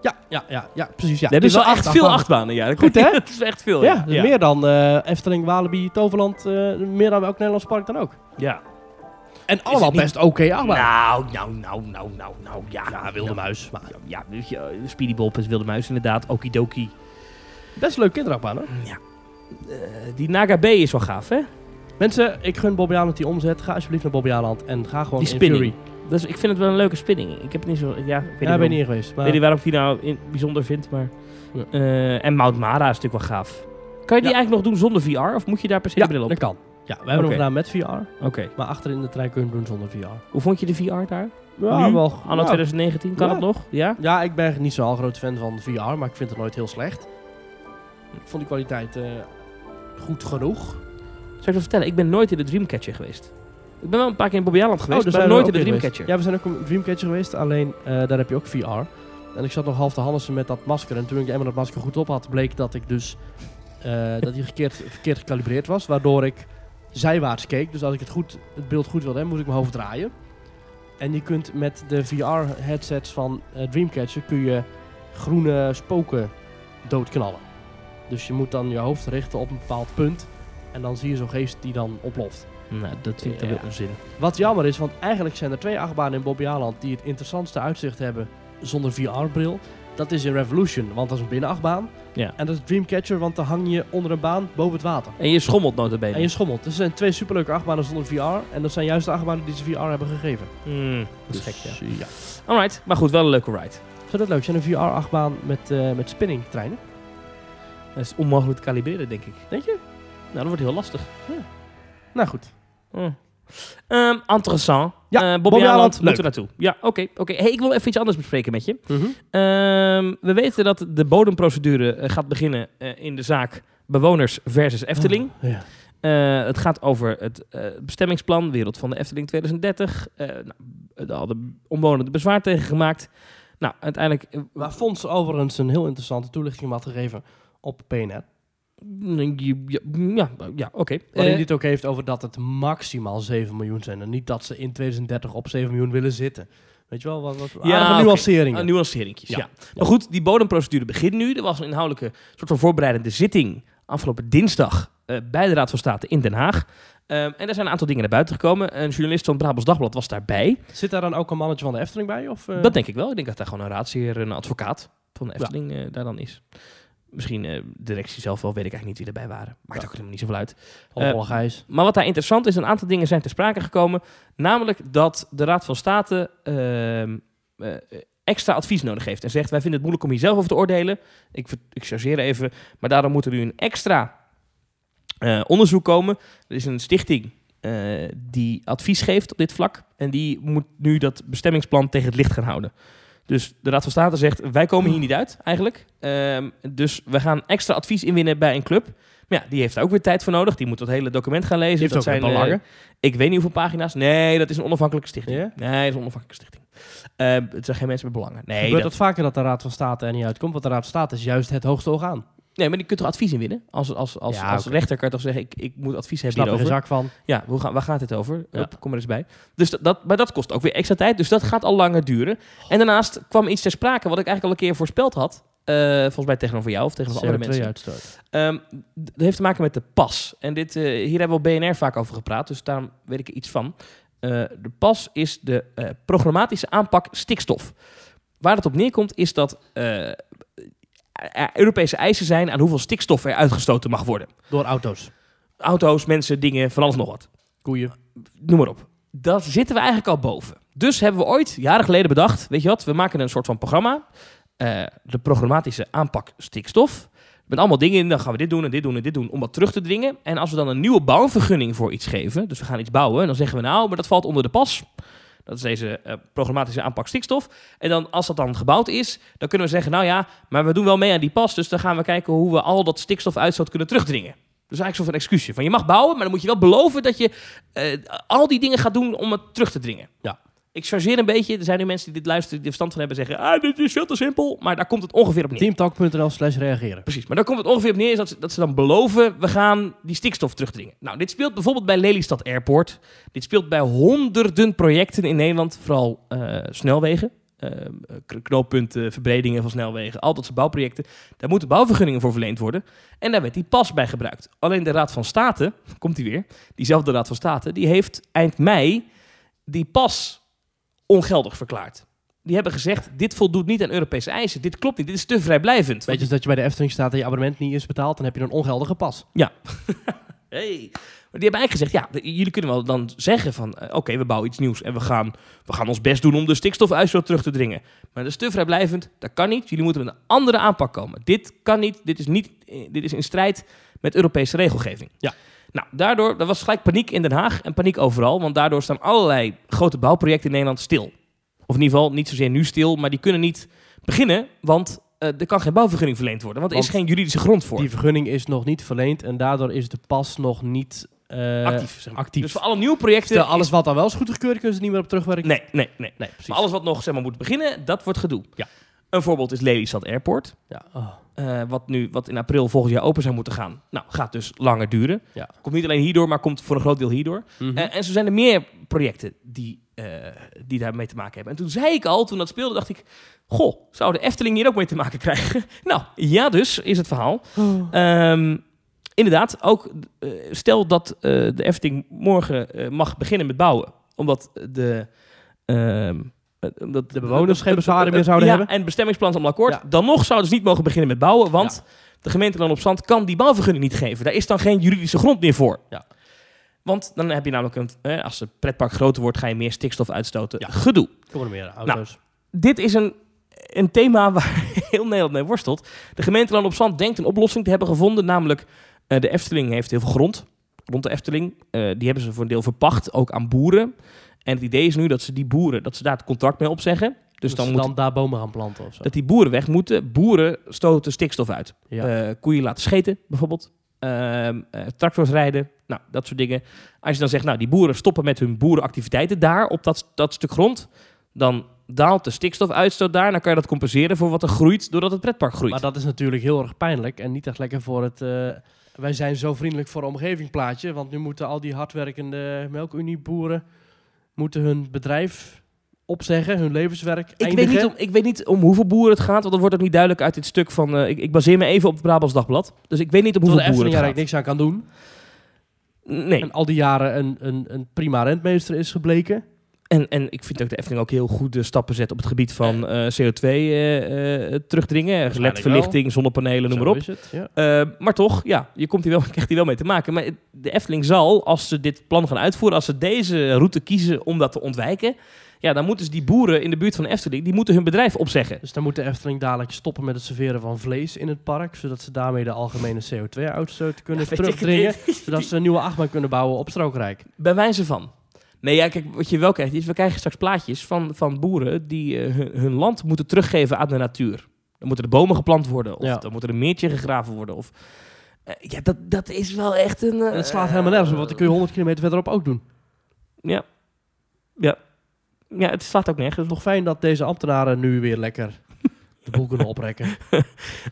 S1: Ja, ja, ja, ja precies. Ja.
S2: Daar hebben
S1: Dus
S2: ze wel
S1: acht
S2: echt veel
S1: achtbanen.
S2: achtbanen. Ja, dat
S1: Goed,
S2: klopt.
S1: hè?
S2: Het is echt veel.
S1: Ja, dus meer dan eh, Efteling, Walibi, Toverland, eh, meer dan elk Nederlands park dan ook.
S2: Ja.
S1: En allemaal
S2: het niet-
S1: best oké achtbaan.
S2: Nou, nou, nou, nou, nou, nou, ja.
S1: Ja, wilde muis. Maar
S2: Ja, ja, weet je, eh, Speedy Bob is Wilde Muis inderdaad. Okidoki.
S1: best een leuk kinderachtbaan hoor.
S2: Ja. Eh, die Naga B is wel gaaf, hè?
S1: Mensen, ik gun Bobby Aland die omzet. Ga alsjeblieft naar Bobby Aland en ga gewoon
S2: Die
S1: in
S2: spinning.
S1: Fury.
S2: Dus ik vind het wel een leuke spinning. Ik heb het niet zo... Ja, ik weet,
S1: Ja, ben
S2: waarom.
S1: je niet geweest.
S2: Ik
S1: Maar
S2: weet niet waarom ik die nou in, bijzonder vind, maar...
S1: Ja.
S2: Eh, en Mount Mara is natuurlijk wel gaaf. Kan je die
S1: Ja.
S2: eigenlijk nog doen zonder VR? Of moet je daar per se
S1: ja,
S2: de bril op?
S1: dat kan. Ja, we hebben
S2: Oké.
S1: hem gedaan met VR.
S2: Oké.
S1: Maar achterin de trein kun je hem doen zonder VR.
S2: Hoe vond je de VR daar?
S1: Ja,
S2: Nu?
S1: wel.
S2: Anno
S1: ja.
S2: 2019, kan
S1: Ja.
S2: het nog? Ja?
S1: Ja, ik ben niet zo'n groot fan van VR, maar ik vind het nooit heel slecht. Ik vond die kwaliteit eh, goed genoeg.
S2: Zal ik je wat vertellen? Ik ben nooit in de Dreamcatcher geweest. Ik ben wel een paar keer in Bobby Aland geweest,
S1: dus
S2: maar Oh, nooit in de Dreamcatcher.
S1: Ja, we zijn ook in Dreamcatcher geweest, alleen eh, daar heb je ook VR. En ik zat nog half te handelsen met dat masker. En toen ik eenmaal dat masker goed op had, bleek dat ik dus... eh, dat hij verkeerd, verkeerd gecalibreerd was, waardoor ik zijwaarts keek. Dus als ik het, goed, het beeld goed wilde hebben, moest ik mijn hoofd draaien. En je kunt met de VR-headsets van eh, Dreamcatcher kun je groene spoken doodknallen. Dus je moet dan je hoofd richten op een bepaald punt. En dan zie je zo'n geest die dan oploft.
S2: Nou, dat vind ik
S1: Ja.
S2: dan weer onzin.
S1: Wat jammer is, want eigenlijk zijn er twee achtbanen in Bobby Aland die het interessantste uitzicht hebben zonder VR-bril. Dat is in Revolution, want dat is een binnenachtbaan.
S2: Ja.
S1: En dat is Dreamcatcher, want dan hang je onder een baan boven het water.
S2: En je schommelt notabene.
S1: En je schommelt. Dus er zijn twee superleuke achtbanen zonder VR. En dat zijn juist de achtbanen die ze VR hebben gegeven.
S2: Hmm, dat is
S1: Dus,
S2: gek, ja.
S1: eh, ja.
S2: Alright, maar goed, wel een leuke ride.
S1: Zou dat leuk zijn, een VR-achtbaan met, eh, met spinningtreinen?
S2: Dat is onmogelijk te kalibreren, denk ik.
S1: Denk je?
S2: Nou, dat wordt heel lastig.
S1: Nou goed.
S2: Hmm. Ehm, interessant.
S1: Ja,
S2: Eh, Bobby,
S1: Bobby
S2: Aland,
S1: Aland,
S2: moeten we naartoe. Ja, oké. oké. Hey, ik wil even iets anders bespreken met je. Ehm, we weten dat de bodemprocedure eh, gaat beginnen eh, in de zaak bewoners versus Efteling.
S1: Oh, ja.
S2: Eh, het gaat over het eh, bestemmingsplan Wereld van de Efteling 2030. Eh nou, daar hadden omwonenden bezwaar tegen gemaakt. Nou, uiteindelijk... eh,
S1: Waar Fons overigens een heel interessante toelichting had gegeven op PNR.
S2: Ja, mm, ja, ja, oké.
S1: Waarin
S2: Eh,
S1: hij het ook heeft over dat het maximaal 7 miljoen zijn. En niet dat ze in 2030 op 7 miljoen willen zitten. Weet je wel, wat, wat
S2: Ja,
S1: ja,
S2: oké.
S1: nuanceringen.
S2: Ah, nuanceringjes, ja.
S1: Ja.
S2: Maar goed, die bodemprocedure begint nu. Er was een inhoudelijke soort van voorbereidende zitting afgelopen dinsdag eh, bij de Raad van State in Den Haag. Ehm, en er zijn een aantal dingen naar buiten gekomen. Een journalist van het Brabants Dagblad was daarbij.
S1: Zit daar dan ook een mannetje van de Efteling bij? Of, eh?
S2: Dat denk ik wel. Ik denk dat daar gewoon een raadsheer, een advocaat van de Efteling eh, daar dan is. Misschien eh, de directie zelf wel, weet ik eigenlijk niet wie erbij waren. Maakt ook helemaal niet zoveel uit. eh,
S1: Hoppel, Gijs.
S2: Maar wat daar interessant is, een aantal dingen zijn ter sprake gekomen. Namelijk dat de Raad van State ehm, eh, extra advies nodig heeft. En zegt, wij vinden het moeilijk om hier zelf over te oordelen. Ik, ver- ik chargeer even. Maar daarom moet er nu een extra eh, onderzoek komen. Er is een stichting eh, die advies geeft op dit vlak. En die moet nu dat bestemmingsplan tegen het licht gaan houden. Dus de Raad van State zegt, wij komen hier niet uit eigenlijk. Ehm, dus we gaan extra advies inwinnen bij een club. Maar ja, die heeft daar ook weer tijd voor nodig. Die moet dat hele document gaan lezen.
S1: Die heeft
S2: dat
S1: ook weer
S2: eh,
S1: belangen.
S2: ik weet niet hoeveel pagina's. Nee, dat is een onafhankelijke stichting.
S1: Ja?
S2: Nee, dat is een onafhankelijke stichting. Ehm, het zijn geen mensen met belangen. Nee,
S1: Gebeurt
S2: dat-
S1: dat vaker dat de Raad van State er niet uitkomt? Want de Raad van State is juist het hoogste orgaan.
S2: nee maar die kunt toch advies inwinnen? Als, als, als,
S1: Ja,
S2: als
S1: oké.
S2: rechter kan je toch zeggen, ik, ik moet advies
S1: Ik
S2: hebben
S1: snap er geen
S2: hierover.
S1: zak van.
S2: Ja, hoe ga, waar gaat het over?
S1: Ja.
S2: Hup, kom er eens bij. Dus dat, dat, maar dat kost ook weer extra tijd. Dus dat gaat al langer duren. En daarnaast kwam iets ter sprake wat ik eigenlijk al een keer voorspeld had. Eh, volgens mij tegenover jou of tegenover andere mensen.
S1: CO2-uitstoot.
S2: Ehm, d- dat heeft te maken met de pas. En dit, eh, hier hebben we op BNR vaak over gepraat, dus daarom weet ik er iets van. Eh, de pas is de eh, programmatische aanpak stikstof. Waar het op neerkomt is dat eh, er- er Europese eisen zijn aan hoeveel stikstof er uitgestoten mag worden.
S1: Door auto's.
S2: Auto's, mensen, dingen, van alles nog wat
S1: Koeien.
S2: noem maar op. Dat zitten we eigenlijk al boven. Dus hebben we ooit, jaren geleden, bedacht: weet je wat, we maken een soort van programma. eh, de programmatische aanpak stikstof. Met allemaal dingen in, dan gaan we dit doen en dit doen en dit doen om dat terug te dringen. En als we dan een nieuwe bouwvergunning voor iets geven, dus we gaan iets bouwen, dan zeggen we nou, maar dat valt onder de pas. Dat is deze eh, programmatische aanpak stikstof. En dan, als dat dan gebouwd is, dan kunnen we zeggen, nou ja, maar we doen wel mee aan die pas, dus dan gaan we kijken hoe we al dat stikstofuitstoot kunnen terugdringen. Dus eigenlijk zo'n excuusje van je mag bouwen, maar dan moet je wel beloven dat je eh, al die dingen gaat doen om het terug te dringen.
S1: Ja.
S2: Ik chargeer een beetje. Er zijn nu mensen die dit luisteren, die er verstand van hebben, zeggen: Ah, dit is veel te simpel. Maar daar komt het ongeveer op neer.
S1: Teamtalk.nl slash reageren.
S2: eh, Precies. Maar daar komt het ongeveer op neer is dat ze, dat ze dan beloven: we gaan die stikstof terugdringen. Nou, dit speelt bijvoorbeeld bij Lelystad Airport. Dit speelt bij honderden projecten in Nederland, vooral eh, snelwegen. eh, k- knooppunten, verbredingen van snelwegen, al dat soort bouwprojecten. Daar moeten bouwvergunningen voor verleend worden. En daar werd die pas bij gebruikt. Alleen de Raad van State, komt die weer, diezelfde Raad van State, die heeft eind mei die pas ongeldig verklaard. Die hebben gezegd, dit voldoet niet aan Europese eisen. Dit klopt niet, dit is te vrijblijvend.
S1: dus Weet je, dat je bij de Efteling staat en je abonnement niet is betaald, dan heb je een ongeldige pas.
S2: Hey. Maar die hebben eigenlijk gezegd, ja, de- jullie kunnen wel dan zeggen van... eh, oké, we bouwen iets nieuws en we gaan, we gaan ons best doen om de stikstofuitstoot terug te dringen. Maar de is blijvend, dat kan niet. Jullie moeten met een andere aanpak komen. Dit kan niet, dit is, niet, eh, dit is in strijd met Europese regelgeving.
S1: Ja.
S2: Nou, daardoor, er was gelijk paniek in Den Haag en paniek overal. Want daardoor staan allerlei grote bouwprojecten in Nederland stil. Of in ieder geval niet zozeer nu stil, maar die kunnen niet beginnen, want... eh, er kan geen bouwvergunning verleend worden, want er is
S1: Want
S2: geen juridische grond voor.
S1: Die vergunning is nog niet verleend en daardoor is de pas nog niet eh,
S2: actief, zeg maar.
S1: actief.
S2: Dus voor alle nieuwe projecten...
S1: Stel, alles
S2: is-
S1: wat dan wel is goedgekeurd, kunnen ze niet meer op terugwerken.
S2: Nee, nee, nee.
S1: Nee, precies.
S2: Maar alles wat nog zeg maar, moet beginnen, dat wordt gedoe.
S1: Ja.
S2: Een voorbeeld is Lelystad Airport.
S1: Ja, oh.
S2: eh, wat, nu, wat in april volgend jaar open zou moeten gaan. Nou, gaat dus langer duren.
S1: Ja.
S2: Komt niet alleen hierdoor, maar komt voor een groot deel hierdoor.
S1: Mhm.
S2: Eh, en zo zijn er meer projecten die, eh, die daarmee te maken hebben. En toen zei ik al, toen dat speelde, dacht ik... Goh, zou de Efteling hier ook mee te maken krijgen? nou, ja dus, is het verhaal.
S1: Oh.
S2: Ehm, inderdaad, ook eh, stel dat eh, de Efteling morgen eh, mag beginnen met bouwen. Omdat de, ehm, eh, omdat
S1: De bewoners geen bezwaren meer zouden
S2: ja,
S1: hebben.
S2: en bestemmingsplannen allemaal akkoord.
S1: Ja.
S2: Dan nog zouden ze niet mogen beginnen met bouwen. Want de gemeente dan op zand kan die bouwvergunning niet geven. Daar is dan geen juridische grond meer voor.
S1: Ja.
S2: Want dan heb je namelijk, een, eh, als het pretpark groter wordt, ga je meer stikstof uitstoten. Gedoe
S1: Kom er meer
S2: nou,
S1: auto's.
S2: dit is een, een thema waar heel Nederland mee worstelt. De gemeente Land op Zand denkt een oplossing te hebben gevonden. Namelijk, eh, de Efteling heeft heel veel grond rond de Efteling. Eh, die hebben ze voor een deel verpacht, ook aan boeren. En het idee is nu dat ze die boeren, dat ze daar het contract mee opzeggen. Dus
S1: dus dan
S2: dan
S1: ze
S2: moet
S1: dan daar bomen gaan planten of zo.
S2: dat die boeren weg moeten. Boeren stoten stikstof uit.
S1: Ja.
S2: Eh, koeien laten scheten, bijvoorbeeld. Ehm, eh, tractors rijden, nou, dat soort dingen. Als je dan zegt, nou, die boeren stoppen met hun boerenactiviteiten daar op dat, dat stuk grond, dan daalt de stikstofuitstoot daar en dan kan je dat compenseren voor wat er groeit doordat het pretpark groeit.
S1: maar dat is natuurlijk heel erg pijnlijk en niet echt lekker voor het... eh, wij zijn zo vriendelijk voor de omgeving plaatje, want nu moeten al die hardwerkende melkunieboeren moeten hun bedrijf opzeggen, hun levenswerk
S2: ik, weet
S1: eindigen.
S2: niet om, ik weet niet om hoeveel boeren het gaat, want dat wordt ook niet duidelijk uit dit stuk van... eh, ik, ik baseer me even op het Brabants Dagblad, dus ik weet niet om
S1: Terwijl de
S2: hoeveel
S1: Efteling
S2: boeren
S1: daar
S2: het gaat.
S1: eigenlijk niks aan kan doen.
S2: Nee,
S1: En al die jaren een, een, een prima rentmeester is gebleken.
S2: En, en ik vind ook de Efteling ook heel goede stappen zet op het gebied van eh, CO2 eh, eh, terugdringen.
S1: Waarschijnlijk
S2: LED-verlichting, zonnepanelen, noem maar
S1: Zo
S2: op.
S1: is het, ja.
S2: Eh, maar toch, ja, je komt hier wel, krijgt hier wel mee te maken. Maar de Efteling zal, als ze dit plan gaan uitvoeren, als ze deze route kiezen om dat te ontwijken, ja, dan moeten ze die boeren in de buurt van de Efteling, die moeten hun bedrijf opzeggen.
S1: Dus dan moet de Efteling dadelijk stoppen met het serveren van vlees in het park. Zodat ze daarmee de algemene CO2-uitstoot kunnen
S2: weet ik het
S1: terugdringen. Zodat ze een nieuwe achtbaan kunnen bouwen op Strookrijk.
S2: Bij wijze van. Nee, ja, kijk, wat je wel krijgt is, we krijgen straks plaatjes van, van boeren die eh, hun, hun land moeten teruggeven aan de natuur. Dan moeten er bomen geplant worden, of
S1: Ja.
S2: dan moet er een meertje gegraven worden. Of, eh, ja, dat, dat is wel echt een... eh,
S1: En het slaat helemaal nergens op, want dat kun je 100 kilometer verderop ook doen.
S2: Ja. Ja. ja, het slaat ook nergens op.
S1: Toch fijn dat deze ambtenaren nu weer lekker de boel kunnen oprekken.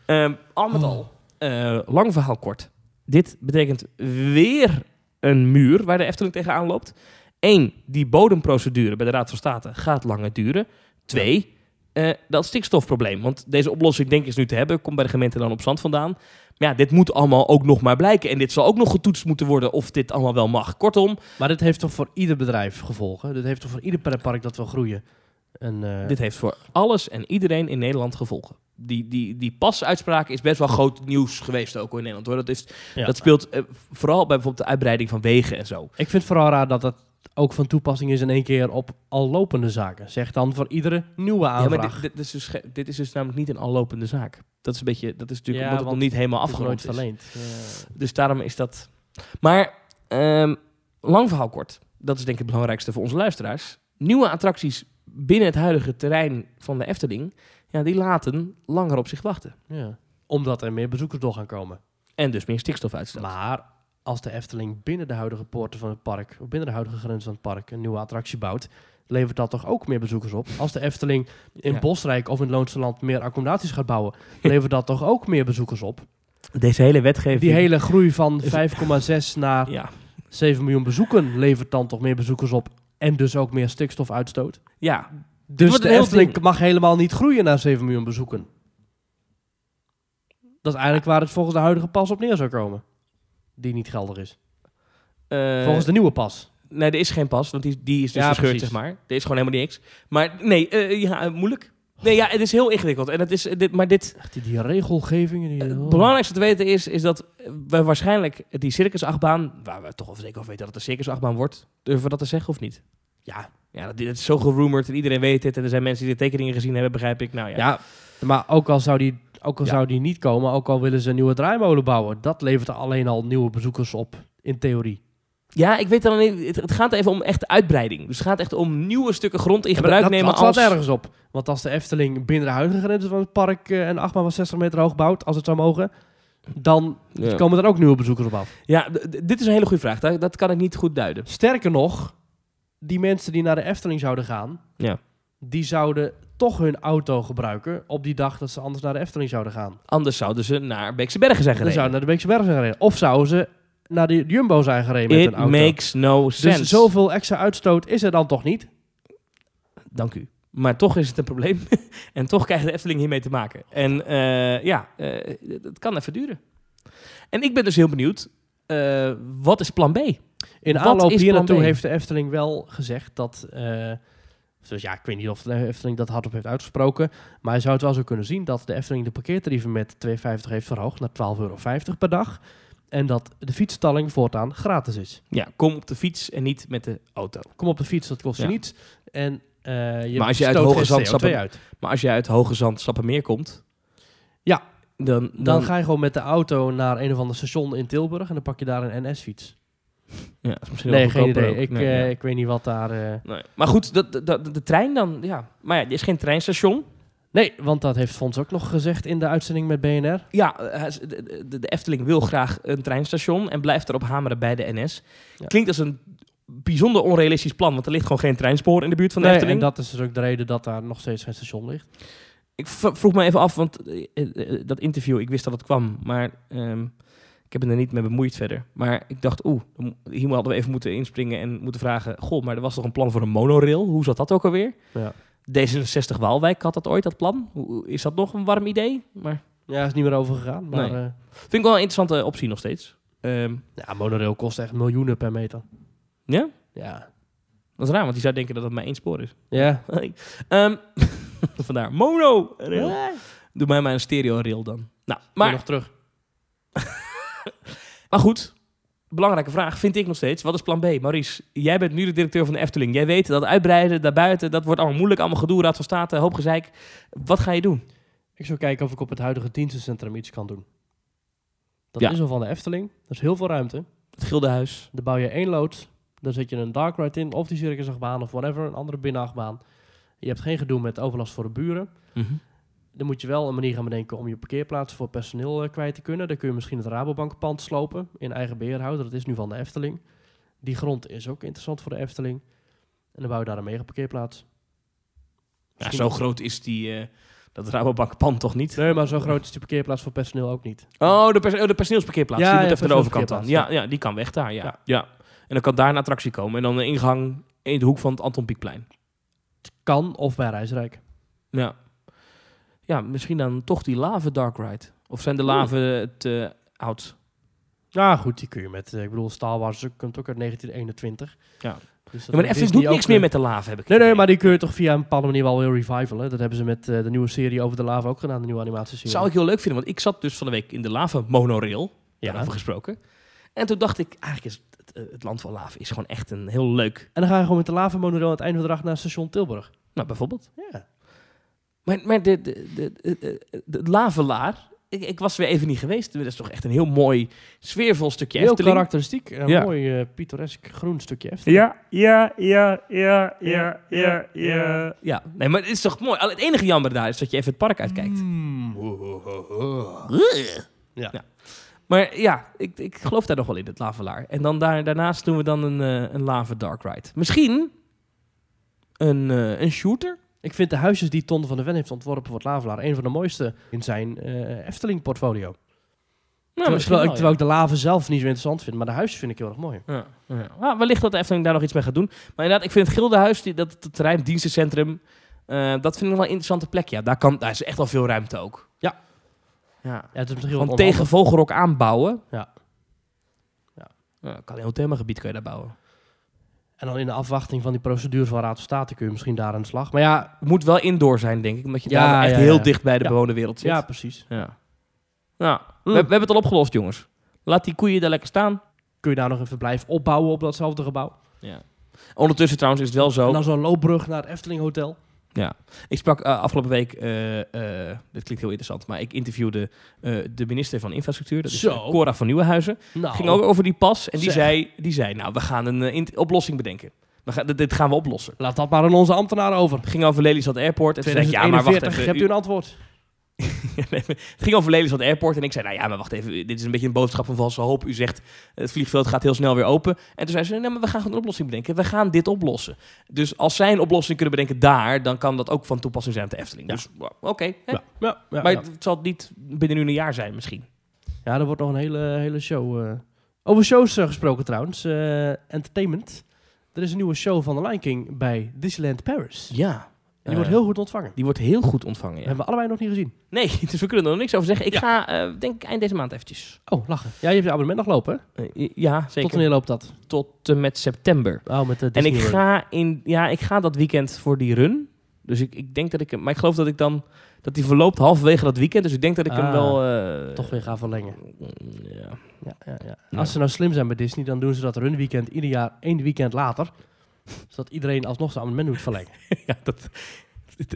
S2: Ehm, al met al, eh, lang verhaal kort. Dit betekent weer een muur waar de Efteling tegenaan loopt. Eén, die bodemprocedure bij de Raad van State gaat langer duren. Twee, eh, dat stikstofprobleem. Want deze oplossing denk ik is nu te hebben. Komt bij de gemeente dan op zand vandaan. Maar ja, dit moet allemaal ook nog maar blijken. En dit zal ook nog getoetst moeten worden of dit allemaal wel mag. Kortom,
S1: Maar dit heeft toch voor ieder bedrijf gevolgen? Dit heeft toch voor ieder pretpark dat wil groeien? En, eh,
S2: dit heeft voor alles en iedereen in Nederland gevolgen. Die, die, die pasuitspraak is best wel groot nieuws geweest ook hoor, in Nederland. Hoor. Dat, is,
S1: ja.
S2: Dat speelt eh, vooral bij bijvoorbeeld de uitbreiding van wegen en zo.
S1: Ik vind het vooral raar dat dat ook van toepassing is in één keer op al lopende zaken. Zeg dan voor iedere nieuwe
S2: Ja,
S1: aanvraag.
S2: maar dit, dit, is dus, ge- dit is dus namelijk niet een allopende zaak. Dat is, een beetje, dat is natuurlijk
S1: Ja,
S2: omdat het
S1: want
S2: nog niet helemaal
S1: Het is nooit
S2: afgerond is.
S1: verleend.
S2: Dus daarom is dat... Maar, ehm, lang verhaal kort. Dat is denk ik het belangrijkste voor onze luisteraars. Nieuwe attracties binnen het huidige terrein van de Efteling... Ja, die laten langer op zich wachten.
S1: Ja. Omdat er meer bezoekers door gaan komen.
S2: En dus meer stikstofuitstoot.
S1: Maar als de Efteling binnen de huidige poorten van het park, of binnen de huidige grens van het park, een nieuwe attractie bouwt, levert dat toch ook meer bezoekers op? Als de Efteling in
S2: Ja.
S1: Bosrijk of in het Loonse Land meer accommodaties gaat bouwen, levert dat toch ook meer bezoekers op?
S2: Deze hele wetgeving...
S1: Die hele groei van 5,6 naar
S2: Ja,
S1: 7 miljoen bezoeken levert dan toch meer bezoekers op en dus ook meer stikstofuitstoot?
S2: ja, wordt
S1: Dus
S2: een
S1: de
S2: heel
S1: Efteling
S2: ding.
S1: mag helemaal niet groeien naar 7 miljoen bezoeken. Dat is eigenlijk waar het volgens de huidige pas op neer zou komen. Die niet geldig is.
S2: eh,
S1: Volgens de nieuwe pas.
S2: Nee, er is geen pas, want die, die is dus
S1: Ja,
S2: verscheurd,
S1: precies.
S2: zeg maar. Er is gewoon helemaal niks. Maar nee, eh, ja, eh, moeilijk. Nee, ja, het is heel ingewikkeld. En het is, eh, dit, maar dit,
S1: Echt die, die regelgevingen. Die,
S2: het
S1: oh.
S2: belangrijkste te weten is, is dat we waarschijnlijk die circusachtbaan, waar we toch wel zeker over weten dat het een circusachtbaan wordt, durven we dat te zeggen of niet? Ja, ja dat, dit is zo gerumord en iedereen weet het. En er zijn mensen die de tekeningen gezien hebben, begrijp ik. Nou ja,
S1: Ja, maar ook al zou die, ook al
S2: Ja.
S1: zou die niet komen, ook al willen ze een nieuwe draaimolen bouwen, dat levert er alleen al nieuwe bezoekers op, in theorie.
S2: Ja, ik weet dan niet. Het, het gaat even om echt uitbreiding. Dus het gaat echt om nieuwe stukken grond in gebruik
S1: dat,
S2: nemen
S1: dat slaat
S2: als...
S1: ergens op. Want als de Efteling binnen de huidige grenzen van het park eh, een achtbaan van 60 meter hoog bouwt, als het zou mogen, dan
S2: Ja,
S1: komen er ook nieuwe bezoekers op af.
S2: ja d- d- dit is een hele goede vraag. Dat, dat kan ik niet goed duiden.
S1: Sterker nog, die mensen die naar de Efteling zouden gaan,
S2: Ja.
S1: die zouden toch hun auto gebruiken op die dag dat ze anders naar de Efteling zouden gaan.
S2: Anders zouden ze naar Beekse Bergen zijn
S1: Dan
S2: gereden.
S1: zouden ze naar de Beekse Bergen zijn gereden. Of zouden ze naar de Jumbo zijn gereden met
S2: It
S1: hun auto.
S2: makes no sense.
S1: Dus zoveel extra uitstoot is er dan toch niet?
S2: Dank u. Maar toch is het een probleem. en toch krijgt de Efteling hiermee te maken. En eh, ja, eh, d- het kan even duren. En ik ben dus heel benieuwd. eh, wat is plan B?
S1: In
S2: Wat
S1: aanloop
S2: is
S1: hier
S2: plan
S1: naartoe
S2: B?
S1: heeft de Efteling wel gezegd dat... eh, dus ja, ik weet niet of de Efteling dat hardop heeft uitgesproken. Maar je zou het wel zo kunnen zien dat de Efteling de parkeertarieven met 2,50 heeft verhoogd naar 12,50 euro per dag. En dat de fietsstalling voortaan gratis is.
S2: Ja, kom op de fiets en niet met de auto.
S1: Kom op de fiets, dat kost je
S2: Ja.
S1: niets. En eh, je
S2: Maar als je uit
S1: stoot
S2: hoge
S1: geen
S2: zand
S1: CO2
S2: stappen-
S1: uit.
S2: Maar als je uit Hoge Zand Stappenmeer komt...
S1: Ja.
S2: Dan, dan,
S1: Dan ga je gewoon met de auto naar een of ander station in Tilburg en dan pak je daar een NS-fiets.
S2: Ja, is misschien
S1: Nee,
S2: wel
S1: geen
S2: goedkoper
S1: idee.
S2: ook.
S1: Ik,
S2: Nee,
S1: eh,
S2: ja.
S1: ik weet niet wat daar... eh,
S2: Nee. Maar goed, dat, dat, dat- de trein dan, ja. Maar ja, er is geen treinstation.
S1: Nee, want dat heeft Fons ook nog gezegd in de uitzending met BNR.
S2: Ja, eh, hij is- de, de- de Efteling wil graag een treinstation en blijft erop hameren bij de NS.
S1: Ja.
S2: Klinkt als een bijzonder onrealistisch plan, want er ligt gewoon geen treinspoor in de buurt van de
S1: Nee, en
S2: Efteling.
S1: dat is dus ook de reden dat daar nog steeds geen station ligt.
S2: Ik v- vroeg me even af, want eh, eh, eh, dat interview, ik wist dat het kwam, maar ehm, ik heb me er niet mee bemoeid verder. Maar ik dacht, oeh, dan mo- hier hadden we even moeten inspringen en moeten vragen, goh, maar er was toch een plan voor een monorail? Hoe zat dat ook alweer?
S1: Ja.
S2: D66 Waalwijk had dat ooit, dat plan. Hoe- hoe- Is dat nog een warm idee? Maar
S1: Ja, is niet meer overgegaan. Maar
S2: Nee.
S1: eh,
S2: vind ik wel een interessante optie nog steeds. Ehm,
S1: ja, monorail kost echt miljoenen per meter.
S2: ja,
S1: Ja.
S2: dat is raar, want je zou denken dat het maar één spoor is.
S1: Ja.
S2: Ehm, vandaar, mono Doe mij maar een stereo rail dan. Nou, maar
S1: Maar nog terug.
S2: Maar goed, belangrijke vraag vind ik nog steeds. Wat is plan B? Maurice, jij bent nu de directeur van de Efteling. Jij weet dat uitbreiden daarbuiten, dat wordt allemaal moeilijk. Allemaal gedoe, Raad van State, hoop gezeik. Wat ga je doen?
S1: Ik zou kijken of ik op het huidige dienstencentrum iets kan doen. Dat
S2: Ja.
S1: is al van de Efteling. Dat is heel veel ruimte.
S2: Het Gildenhuis.
S1: Dan bouw je één loods. Dan zet je een dark ride in. Of die circusachtbaan of whatever. Een andere binnenachtbaan. Je hebt geen gedoe met overlast voor de buren.
S2: Mhm.
S1: Dan moet je wel een manier gaan bedenken om je parkeerplaats voor personeel eh, kwijt te kunnen. Dan kun je misschien het Rabobankpand slopen in eigen beheerhouder. Dat is nu van de Efteling. Die grond is ook interessant voor de Efteling. En dan bouw je daar een mega parkeerplaats.
S2: Ja, zo groot is die, eh dat Rabobankpand toch niet?
S1: Nee, maar zo groot is die parkeerplaats voor personeel ook niet.
S2: Oh, de, pers- oh, de personeelsparkeerplaats.
S1: Ja,
S2: die
S1: ja,
S2: moet even aan de overkant dan. Ja,
S1: personeelsparkeerplaats,
S2: ja, die kan weg daar, ja. ja.
S1: Ja.
S2: En dan kan daar een attractie komen. En dan een ingang in de hoek van het Anton Pieckplein.
S1: Kan of bij Rijsrijk.
S2: Ja. Ja, misschien dan toch die lave dark ride. Of zijn de eh, laven te oud?
S1: Ja, goed, die kun je met. eh, Ik bedoel, Star Wars eh, komt ook uit 1921.
S2: Ja.
S1: Dus
S2: Ja, maar de Efteling doet niks meer met de lave, heb ik
S1: Nee,
S2: het
S1: nee,
S2: idee.
S1: maar die kun je toch via een bepaalde manier wel weer revivalen. Dat hebben ze met eh, de nieuwe serie over de lava ook gedaan, de nieuwe animatieserie.
S2: Zou ik heel leuk vinden, want ik zat dus van de week in de lava monorail,
S1: ja.
S2: daarover gesproken. En toen dacht ik, eigenlijk is het, het- het land van lava is gewoon echt een heel leuk,
S1: En dan ga je gewoon met de lava monorail aan het einde van de dag naar station Tilburg.
S2: nou bijvoorbeeld.
S1: Ja.
S2: Maar, maar de, de, de, de, de- de lavelaar, ik, ik was weer even niet geweest. Dat is toch echt een heel mooi, sfeervol stukje
S1: Heel
S2: Efteling.
S1: karakteristiek. Een
S2: Ja.
S1: mooi eh, pittoresk groen stukje Efteling.
S4: Ja, ja, ja, ja, ja, ja, ja.
S2: Ja, nee, maar het is toch mooi. Al- Het enige jammer daar is dat je even het park uitkijkt.
S1: Mm. Ja.
S2: Maar ja, ik, ik geloof daar nog wel in, het lavelaar. En dan daar, daarnaast doen we dan een, eh, een lava dark ride. Misschien een, eh, een shooter?
S1: Ik vind de huisjes die Ton van de Ven heeft ontworpen voor het Lavelaar... een van de mooiste in zijn eh, Efteling-portfolio.
S2: Nou,
S1: terwijl,
S2: misschien
S1: terwijl ik,
S2: wel, ja.
S1: terwijl ik de laven zelf niet zo interessant vind. Maar de huisjes vind ik heel erg mooi.
S2: Ja, ja. Nou, wellicht dat de Efteling daar nog iets mee gaat doen. Maar inderdaad, ik vind het Gildenhuis, die, dat, dat terrein, dienstencentrum, eh, dat vind ik nog wel een interessante plek. Ja, daar, kan, daar is echt wel veel ruimte ook.
S1: Ja.
S2: ja.
S1: Ja, het is misschien wel
S2: Want tegen
S1: onhandig.
S2: Vogelrok aanbouwen.
S1: Ja. Ja.
S2: Ja, kan een heel themagebied kan je daar bouwen.
S1: En dan in de afwachting van die procedure van Raad van State kun je misschien daar aan de slag. Maar ja,
S2: Het moet wel indoor zijn, denk ik. Omdat je
S1: Ja,
S2: daar echt
S1: ja, ja.
S2: heel dicht bij de
S1: Ja.
S2: bewoonde wereld zit.
S1: ja precies.
S2: Ja. Nou, we,
S1: Hmm.
S2: we hebben het al opgelost, jongens. Laat die koeien daar lekker staan.
S1: Kun je daar nog een verblijf opbouwen op datzelfde gebouw?
S2: Ondertussen trouwens is het wel zo.
S1: En dan zo'n loopbrug naar het Efteling Hotel.
S2: Ik sprak eh, afgelopen week, eh, eh, dit klinkt heel interessant, maar ik interviewde eh, de minister van Infrastructuur, dat is
S1: Zo.
S2: eh, Cora van Nieuwenhuizen.
S1: Nou,
S2: ging ook over die pas en die
S1: Zeg.
S2: zei, die zei, nou, we gaan een eh, int- oplossing bedenken. We gaan, dit- dit gaan we oplossen.
S1: laat dat maar aan onze ambtenaren over.
S2: Het ging over Lelystad Airport. En toen zei ik, ja, maar wacht
S1: 2041,
S2: even.
S1: hebt u een antwoord?
S2: Ja, nee, maar het ging over Lelystad Airport. En ik zei, nou ja, maar wacht even. Dit is een beetje een boodschap van valse hoop. U zegt, het vliegveld gaat heel snel weer open. En toen zei ze, nee, maar we gaan gewoon een oplossing bedenken. We gaan dit oplossen. Dus als zij een oplossing kunnen bedenken daar, dan kan dat ook van toepassing zijn op de Efteling.
S1: Ja.
S2: Dus wow, oké. hè.
S1: Ja, ja, ja,
S2: maar
S1: ja.
S2: het het zal niet binnen nu een jaar zijn misschien.
S1: Ja, er wordt nog een hele, hele show. eh. Over shows eh, gesproken trouwens. eh, entertainment. Er is een nieuwe show van The Lion King bij Disneyland Paris. En
S2: Ja.
S1: die wordt heel goed ontvangen.
S2: die wordt heel goed ontvangen,
S1: We
S2: Eh. ja.
S1: hebben we allebei nog niet gezien.
S2: Nee, dus we kunnen er nog niks over zeggen. Ik
S1: Ja.
S2: ga, eh, denk ik, eind deze maand eventjes.
S1: Oh, lachen. Ja, je hebt je abonnement nog lopen, hè?
S2: Eh, ja, zeker.
S1: Tot wanneer loopt dat?
S2: Tot en met september.
S1: Oh, met de
S2: En
S1: Disney
S2: ik
S1: World.
S2: ga, in, ja, ik ga dat weekend voor die run. Dus ik, ik denk dat ik hem... Maar ik geloof dat ik dan... Dat die verloopt halverwege dat weekend. Dus ik denk dat ik hem
S1: Ah,
S2: wel... eh,
S1: Toch weer gaan verlengen.
S2: Ja.
S1: Ja, ja, ja.
S2: Ja.
S1: Als ze nou slim zijn bij Disney, dan doen ze dat runweekend ieder jaar één weekend later. Zodat iedereen alsnog zijn abonnement moet verlengen.
S2: ja, dat...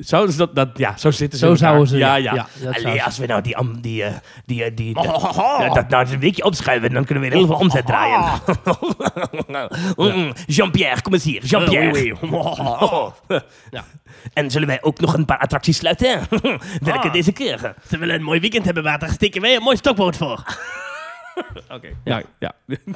S2: Zouden ze dus dat, dat... Ja, zo zitten ze
S1: Zo
S2: in elkaar.
S1: zouden ze...
S2: Ja, ja.
S1: dat zouden
S5: Allee,
S1: ze-
S5: als we nou die... am- die, eh, die, eh, die dat- dat nou eens een weekje opschuiven, dan kunnen we er heel veel omzet draaien. Mm, Jean-Pierre, kom eens hier.
S2: Oh,
S5: Jean-Pierre.
S1: Ja.
S5: En zullen wij ook nog een paar attracties sluiten?
S2: Ah.
S5: Welke deze keer? Ze willen een mooi weekend hebben, water. Steken wij een mooi stokboot voor.
S2: Oké. Ja. Nou, ja. maar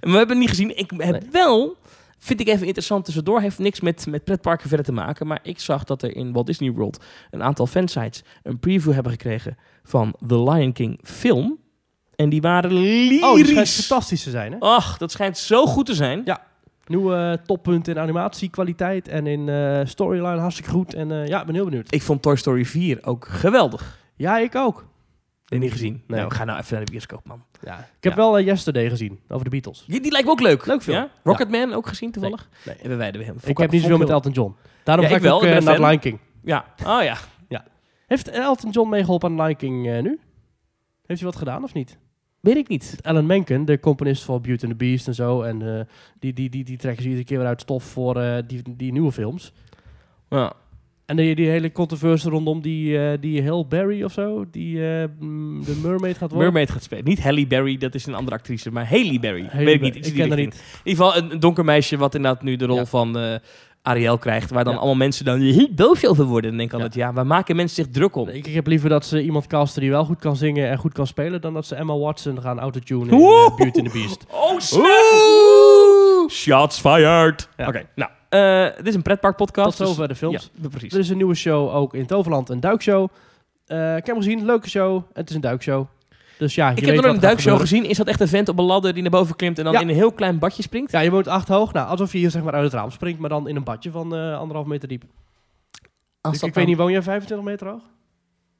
S2: we hebben het niet gezien. Ik heb wel... Vind ik even interessant tussendoor. Heeft niks met, met pretparken verder te maken. Maar ik zag dat er in Walt Disney World... een aantal fansites een preview hebben gekregen... van The Lion King film. En die waren lyrisch.
S1: Oh, die schijnt fantastisch te zijn, hè?
S2: Ach, dat schijnt zo goed te zijn.
S1: Ja. Nieuwe eh, toppunt in animatiekwaliteit en in eh, storyline hartstikke goed. En eh, ja, ik ben heel benieuwd.
S2: Ik vond Toy Story 4 ook geweldig.
S1: Ja, ik ook.
S2: Heb niet gezien?
S1: Nee.
S2: Nee. Nou, ga nou even naar de bioscoop, man.
S1: Ja. Ik heb
S2: Ja.
S1: wel eh, Yesterday gezien, over de Beatles.
S2: Die, die lijkt me ook leuk. Leuk
S1: film.
S2: Ja? Rocketman ook gezien toevallig.
S1: Nee.
S2: Hebben wij hem.
S1: ik heb niet zoveel met Elton John. Daarom
S2: Ja,
S1: ga ik,
S2: ik wel,
S1: ook
S2: ik
S1: eh,
S2: ben
S1: naar
S2: fan.
S1: Lion King.
S2: Ja. Oh ja.
S1: Heeft Elton John meegeholpen aan Lion King eh, nu? Heeft hij wat gedaan of niet?
S2: Weet ik niet.
S1: Alan Menken, de componist voor Beauty and the Beast en zo. En eh, die, die, die, die trekken ze iedere keer weer uit stof voor eh, die, die nieuwe films.
S2: Ja.
S1: En die, die hele controverse rondom die, eh die Halle Berry of zo, die eh, mm, de mermaid gaat worden.
S2: Mermaid gaat spelen. Niet Halle Berry, dat is een andere actrice, maar Haley Berry.
S1: Eh, Halle
S2: Weet ik
S1: Berry.
S2: niet. zie
S1: Ik ken
S2: die
S1: haar
S2: richting. In ieder geval een, een donker meisje wat inderdaad nu de rol
S1: Ja.
S2: van eh, Ariel krijgt. Waar dan
S1: Ja.
S2: allemaal mensen dan heel boos over worden. En denk ik altijd, ja, waar maken mensen zich druk om?
S1: Ik, ik heb liever dat ze iemand casten die wel goed kan zingen en goed kan spelen, dan dat ze Emma Watson gaan autotunen in eh,
S2: Oeh.
S1: Beauty and the Beast.
S2: Oh, snap! Shots fired!
S1: Ja.
S2: Oké, nou. eh, dit is een
S1: Tot
S2: pretparkpodcast. dus-
S1: zover de films.
S2: Ja, precies.
S1: Er is een nieuwe show ook in Toverland, een duikshow. Eh, ik heb hem gezien, leuke show. Het is een duikshow. Dus ja, je
S2: ik
S1: weet
S2: heb nog
S1: wat
S2: een
S1: gaat
S2: duikshow
S1: gebeuren.
S2: gezien. Is dat echt een vent op een ladder die naar boven klimt en dan
S1: Ja.
S2: in een heel klein badje springt?
S1: Ja, je woont acht hoog. Nou, alsof je hier zeg maar uit het raam springt, maar dan in een badje van eh, anderhalf meter diep.
S2: Als
S1: ik
S2: dat
S1: ik weet
S2: dan-
S1: niet, woon jij 25 meter hoog?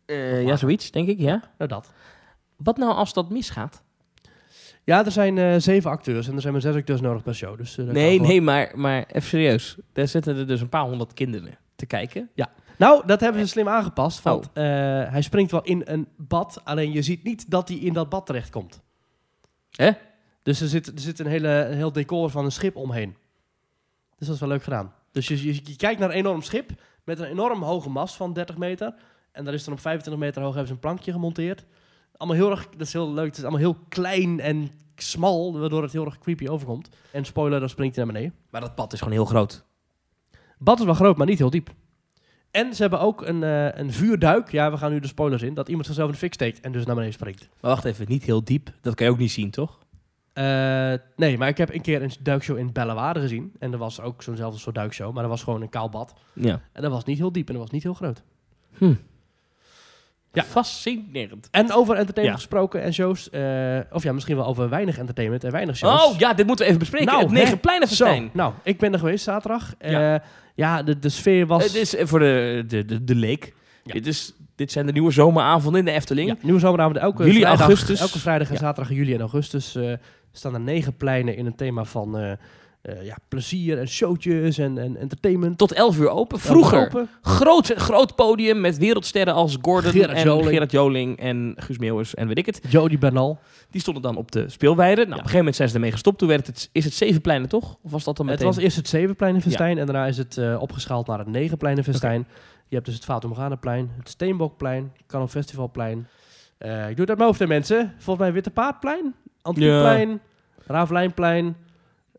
S2: Eh, ja, zoiets, denk ik, ja.
S1: Nou, dat.
S2: Wat nou als dat misgaat?
S1: Ja, er zijn eh, zeven acteurs en er zijn maar zes acteurs nodig per show. Dus, eh, dat kan
S2: Nee,
S1: gewoon.
S2: nee, maar, maar even serieus. Daar zitten er dus een paar honderd kinderen te kijken.
S1: Nou, dat hebben ze slim aangepast. Want
S2: Oh.
S1: eh, hij springt wel in een bad, alleen je ziet niet dat hij in dat bad terechtkomt.
S2: Hè?
S1: Dus er zit, er zit een, hele, een heel decor van een schip omheen. Dus dat is wel leuk gedaan. Dus je, je, je kijkt naar een enorm schip met een enorm hoge mast van 30 meter. En daar is dan op 25 meter hoog hebben ze een plankje gemonteerd. Allemaal heel erg, dat is heel leuk. Het is allemaal heel klein en smal, waardoor het heel erg creepy overkomt. En spoiler, dan springt hij naar beneden.
S2: Maar dat pad is gewoon heel groot.
S1: Bad is wel groot, maar niet heel diep. En ze hebben ook een, eh, een vuurduik. Ja, we gaan nu de spoilers in. Dat iemand zichzelf in de fik steekt en dus naar beneden springt.
S2: Maar wacht even, niet heel diep. Dat kan je ook niet zien, toch?
S1: Eh, nee, maar ik heb een keer een duikshow in Bellewaarde gezien. En er was ook zo'nzelfde soort duikshow. Maar dat was gewoon een kaal bad.
S2: Ja.
S1: En dat was niet heel diep en dat was niet heel groot.
S2: ja. Fascinerend.
S1: En over entertainment
S2: Ja.
S1: gesproken en shows. eh, of ja, misschien wel over weinig entertainment en weinig shows.
S2: Oh ja, dit moeten we even bespreken.
S1: Nou,
S2: het
S1: hè?
S2: Negenpleinenfestijn.
S1: Zo, nou, ik ben er geweest zaterdag. Eh,
S2: Ja.
S1: ja, de, de sfeer was...
S2: Het is eh, voor de, de, de, de leek.
S1: Ja.
S2: Dit, is, dit zijn de nieuwe zomeravonden in de Efteling.
S1: Ja, nieuwe zomeravond. Elke
S2: Juli,
S1: vrijdag,
S2: augustus.
S1: Elke vrijdag en
S2: Ja.
S1: zaterdag in juli en augustus eh, staan er negen pleinen in een thema van eh, eh, ja, plezier en showtjes en, en entertainment.
S2: Tot 11 uur open. Vroeger.
S1: Open.
S2: Groot, groot podium met wereldsterren als Gordon
S1: Gerard
S2: en
S1: Joling.
S2: Gerard Joling en Guus Meeuwers en weet ik het.
S1: Jody Bernal.
S2: Die stonden dan op de speelweide. Nou, op een gegeven moment zijn ze ermee gestopt. Toen werd het, is het Zevenpleinen toch? Of was dat dan meteen?
S1: Het was eerst het Zevenplein in Vestijn en daarna is het eh, opgeschaald naar het Negenplein in Vestijn. Je hebt dus het Fata Morganaplein, het Steenbokplein, het Canon Festivalplein. Eh, ik doe het uit mijn hoofd, hè, mensen. Volgens mij Witte Paardplein, Antieplein, Raaflijnplein,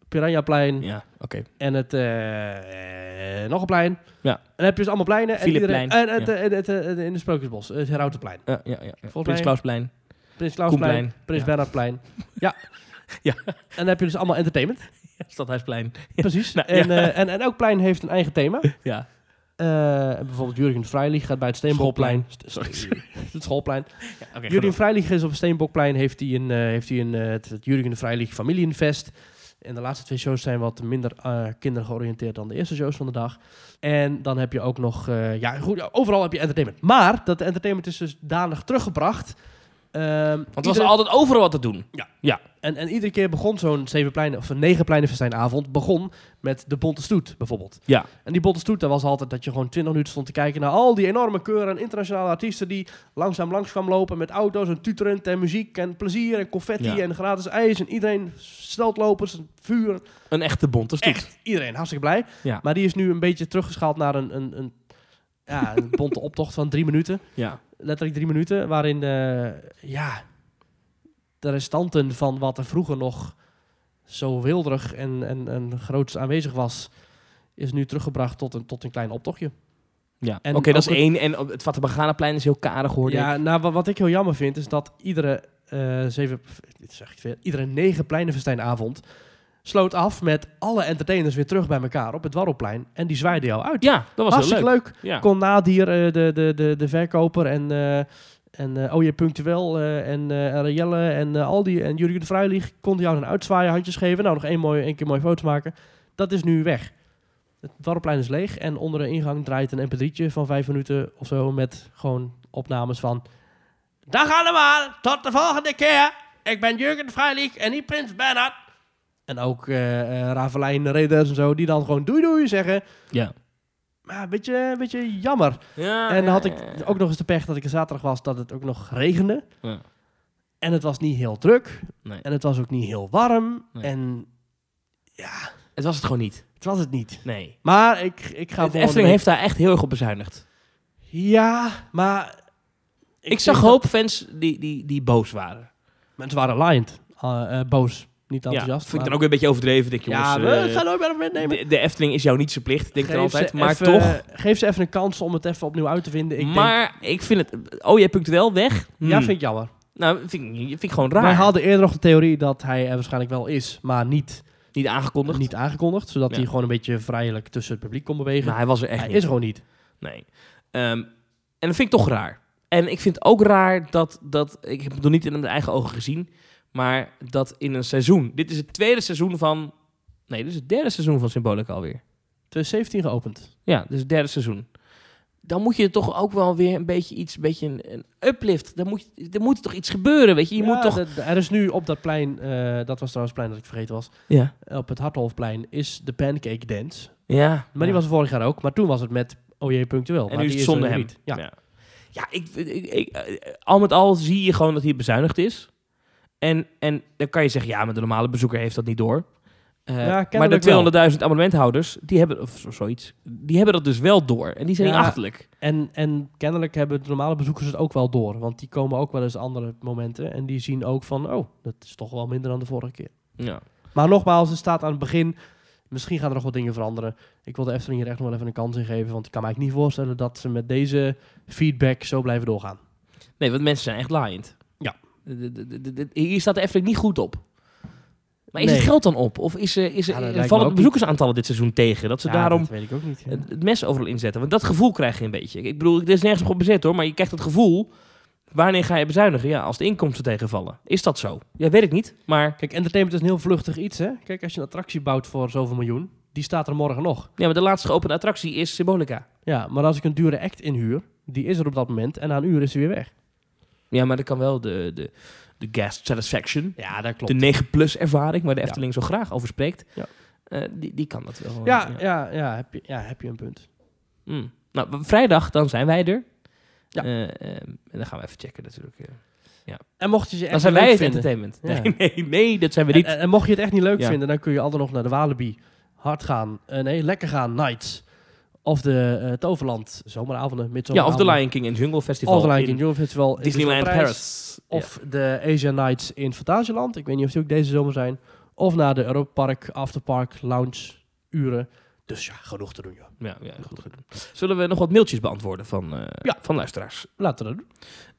S1: Piranhaplein
S2: Ja, oké.
S1: en het... eh, eh, nog een plein.
S2: Ja.
S1: En dan heb je dus allemaal pleinen. En,
S2: Philipplein.
S1: en het, eh, het, eh, het, eh, in de Sprookjesbos, het Herautenplein.
S2: Ja, ja, ja. ja.
S1: mij-
S2: Prins Klausplein.
S1: Prins Klausplein,
S2: Koenplein.
S1: Prins
S2: Ja.
S1: Bernhardplein. Ja.
S2: Ja.
S1: En dan heb je dus allemaal entertainment.
S2: Stadhuisplein.
S1: Precies.
S2: Nou,
S1: en,
S2: ja.
S1: eh, en, en elk plein heeft een eigen thema.
S2: Ja.
S1: Eh, bijvoorbeeld Jurgen Vrijlieg gaat bij het Steenbokplein.
S2: Schoolplein.
S1: St- st- het schoolplein.
S2: Ja, oké,
S1: Jurgen Vrijlieg is op het Steenbokplein. Heeft hij een, eh, heeft hij een eh, het, het Jurgen Vrijlieg familienfest. En de laatste twee shows zijn wat minder eh kindergeoriënteerd dan de eerste shows van de dag. En dan heb je ook nog... eh, ja, goed, ja, overal heb je entertainment. Maar dat entertainment is dus danig teruggebracht. Ehm,
S2: Want er was
S1: iedere-
S2: altijd overal wat te doen.
S1: en, en iedere keer begon zo'n zevenplein of een negenpleinenfestijnavond begon met de Bonte Stoet bijvoorbeeld.
S2: Ja.
S1: En die Bonte Stoet, dat was altijd dat je gewoon twintig minuten stond te kijken naar al die enorme keuren en internationale artiesten die langzaam langs kwamen lopen met auto's en tuterend en muziek en plezier en confetti
S2: Ja.
S1: en gratis ijs en iedereen steltlopers en vuur.
S2: Een echte bonte stoet.
S1: Echt, iedereen hartstikke blij.
S2: Ja.
S1: Maar die is nu een beetje teruggeschaald naar een, een, een, ja, een bonte optocht van drie minuten
S2: Ja.
S1: letterlijk drie minuten, waarin eh, ja, de restanten van wat er vroeger nog zo wilderig en, en, en groots aanwezig was, is nu teruggebracht tot een, tot een klein optochtje.
S2: ja.
S1: En
S2: Oké, dat is
S1: ook het-
S2: één. En op het Vatabagana-plein is heel karig, hoorde ik.
S1: Ja, nou, wa- wat ik heel jammer vind, is dat iedere, eh, zeven, dit zeg ik weer, iedere negen pleinenfestijnavond sloot af met alle entertainers weer terug bij elkaar op het Dwarrelplein. En die zwaaiden jou uit.
S2: Ja, dat was heel
S1: Hartstikke
S2: leuk.
S1: leuk.
S2: Ja.
S1: kon Nadir, eh, de, de, de, de verkoper, en, eh en eh OJ Punctueel eh, en eh, en Jelle en eh, al die en Jurgen de Vrijlieg konden jou een uitzwaaien, handjes geven. Nou, nog één, mooi, één keer mooie foto maken. Dat is nu weg. Het dorpplein is leeg en onder de ingang draait een mp3'tje van vijf minuten of zo met gewoon opnames van... Dag allemaal, tot de volgende keer. Ik ben Jurgen de Vrijlieg en niet Prins Bernhard. En ook eh eh, Ravelijn, Reders en zo, die dan gewoon doei doei zeggen.
S2: Ja.
S1: Maar een beetje, een beetje jammer.
S2: Ja,
S1: En
S2: ja,
S1: dan had ik
S2: Ah, ja, ja.
S1: ook nog eens de pech dat ik er zaterdag was dat het ook nog regende.
S2: Ja.
S1: En het was niet heel druk.
S2: Nee.
S1: En het was ook niet heel warm.
S2: Nee.
S1: En
S2: Het was het gewoon niet.
S1: het was het niet.
S2: Nee.
S1: Maar ik, ik ga
S2: De
S1: volgende
S2: Efteling
S1: week-
S2: heeft daar echt heel erg op bezuinigd.
S1: Ja, maar...
S2: Ik, zag
S1: denk dat-
S2: hoop fans die, die, die boos waren.
S1: Mensen waren lined. eh, eh, boos. Niet
S2: ja,
S1: enthousiast.
S2: vind ik
S1: maar-
S2: dan ook weer een beetje overdreven. Denk, jongens,
S1: Ja,
S2: eh,
S1: we gaan nooit meer op moment nemen.
S2: de, de Efteling is jou niet verplicht, denk ik
S1: Geef
S2: dan altijd.
S1: ze
S2: Maar
S1: even-
S2: toch.
S1: Geef ze even een kans om het even opnieuw uit te vinden. Ik
S2: maar ik vind het... Oh, jij punkt wel weg?
S1: denk, ja,
S2: Hmm.
S1: vind ik jammer.
S2: Nou, vind ik, niet- vind ik gewoon raar.
S1: Wij hadden eerder nog de theorie dat hij er waarschijnlijk wel is, maar niet,
S2: Niet aangekondigd.
S1: niet aangekondigd. Zodat
S2: Ja.
S1: hij gewoon een beetje vrijelijk tussen het publiek kon bewegen.
S2: maar hij was er echt
S1: hij
S2: niet.
S1: is er gewoon niet.
S2: Nee. Ehm, en dat vind ik toch raar. En ik vind het ook raar dat, dat... Ik heb het nog niet in mijn eigen ogen gezien. Maar dat in een seizoen... Dit is het tweede seizoen van... Nee, dit is het derde seizoen van Symbolica alweer.
S1: 2017 geopend.
S2: Ja, dus het derde seizoen. Dan moet je toch ook wel weer een beetje iets, een beetje een, een uplift. Dan moet, je- er moet toch iets gebeuren, weet je? Je
S1: Ja,
S2: moet toch...
S1: de- de- er is nu op dat plein, eh, dat was trouwens het plein dat ik vergeten was,
S2: Ja.
S1: op het Harthoofdplein is de Pancake Dance.
S2: Ja.
S1: Maar die was er vorig jaar ook, maar toen was het met OJ punctueel.
S2: En
S1: maar
S2: nu is
S1: die
S2: het zonder
S1: er
S2: hem.
S1: niet. Ja.
S2: ja. Ja, ik, ik, ik- eh, al met al zie je gewoon dat hij bezuinigd is. En, en dan kan je zeggen, ja, maar de normale bezoeker heeft dat niet door. Eh,
S1: kennelijk
S2: maar
S1: wel.
S2: de 200.000 abonnementhouders, die hebben, of zo- zoiets, die hebben dat dus wel door. En die zijn
S1: Ja.
S2: niet achterlijk.
S1: En, en kennelijk hebben de normale bezoekers het ook wel door, want die komen ook wel eens andere momenten en die zien ook van, oh, dat is toch wel minder dan de vorige keer.
S2: Ja.
S1: Maar nogmaals, het staat aan het begin. Misschien gaan er nog wat dingen veranderen. Ik wil de Efteling hier echt nog wel even een kans in geven, want ik kan me eigenlijk niet voorstellen dat ze met deze feedback zo blijven doorgaan.
S2: Nee, want mensen zijn echt laaiend.
S1: Ja.
S2: De- de- de- de- de- Hier staat de Efteling niet goed op. Maar is
S1: Nee.
S2: het geld dan op? Of is, eh, is,
S1: Ja, dat
S2: eh,
S1: lijkt me
S2: vallen de
S1: ook
S2: bezoekersaantallen dit seizoen tegen? Dat ze
S1: Ja,
S2: daarom
S1: dat weet ik ook niet.
S2: het het mes overal inzetten? Want dat gevoel krijg je een beetje. Ik bedoel, dit is nergens op bezet hoor, maar je krijgt het gevoel... Wanneer ga je bezuinigen? Ja, als de inkomsten tegenvallen. Is dat zo? Ja, weet ik niet. Maar,
S1: Kijk, entertainment is een heel vluchtig iets, hè? Kijk, als je een attractie bouwt voor zoveel miljoen, die staat er morgen nog.
S2: ja, maar de laatste geopende attractie is Symbolica.
S1: Ja, maar als ik een dure act inhuur, die is er op dat moment en na een uur is ze weer weg.
S2: Ja, maar dat kan wel de, de, de guest satisfaction.
S1: Ja, dat
S2: De 9-plus ervaring waar de Efteling zo graag over spreekt.
S1: Ja.
S2: Ja. eh, die, die kan dat wel. eh,
S1: Ja, ja, ja, heb, je, ja heb je een punt.
S2: Mm. Nou, w- vrijdag dan zijn wij er.
S1: Ja.
S2: Eh, eh, en dan gaan we even checken natuurlijk. eh.
S1: En mocht je ze echt
S2: Dan zijn
S1: niet
S2: wij
S1: leuk
S2: het
S1: vinden...
S2: entertainment.
S1: Ja. Eh,
S2: Nee, nee, nee, dat zijn we niet.
S1: En, en mocht je het echt niet leuk
S2: Ja.
S1: vinden, dan kun je altijd nog naar de Walibi hard gaan. Eh, nee, lekker gaan, Nights. Of de eh, Toverland, zomeravonden,
S2: ja, of
S1: midzomeravonden.
S2: de Lion King en Jungle Festival.
S1: Of de Lion
S2: in
S1: King Junior Festival. in
S2: Disneyland
S1: Parijs.
S2: Paris.
S1: Of de Asian Nights in Fantasieland. Ik weet niet of die ook deze zomer zijn. Of naar de Europa Park, Afterpark, Lounge, uren. Dus ja, genoeg te doen, joh.
S2: Ja, ja, goed, goed. Zullen we nog wat mailtjes beantwoorden van, eh,
S1: Ja.
S2: van luisteraars?
S1: Laten we dat doen.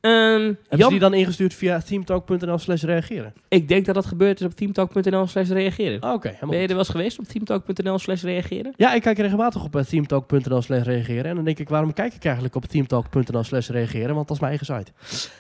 S2: Ehm,
S1: Hebben
S2: Jan,
S1: ze die dan ingestuurd via themetalk.nl slash reageren?
S2: ik denk dat dat gebeurd is op teamtalk.nl slash reageren.
S1: Ah, Oké, helemaal
S2: ben je
S1: goed.
S2: er wel eens geweest op teamtalk.nl slash reageren?
S1: Ja, ik kijk regelmatig op eh, themetalk.nl slash reageren. En dan denk ik, waarom kijk ik eigenlijk op themetalk.nl slash reageren? Want dat is mijn eigen site.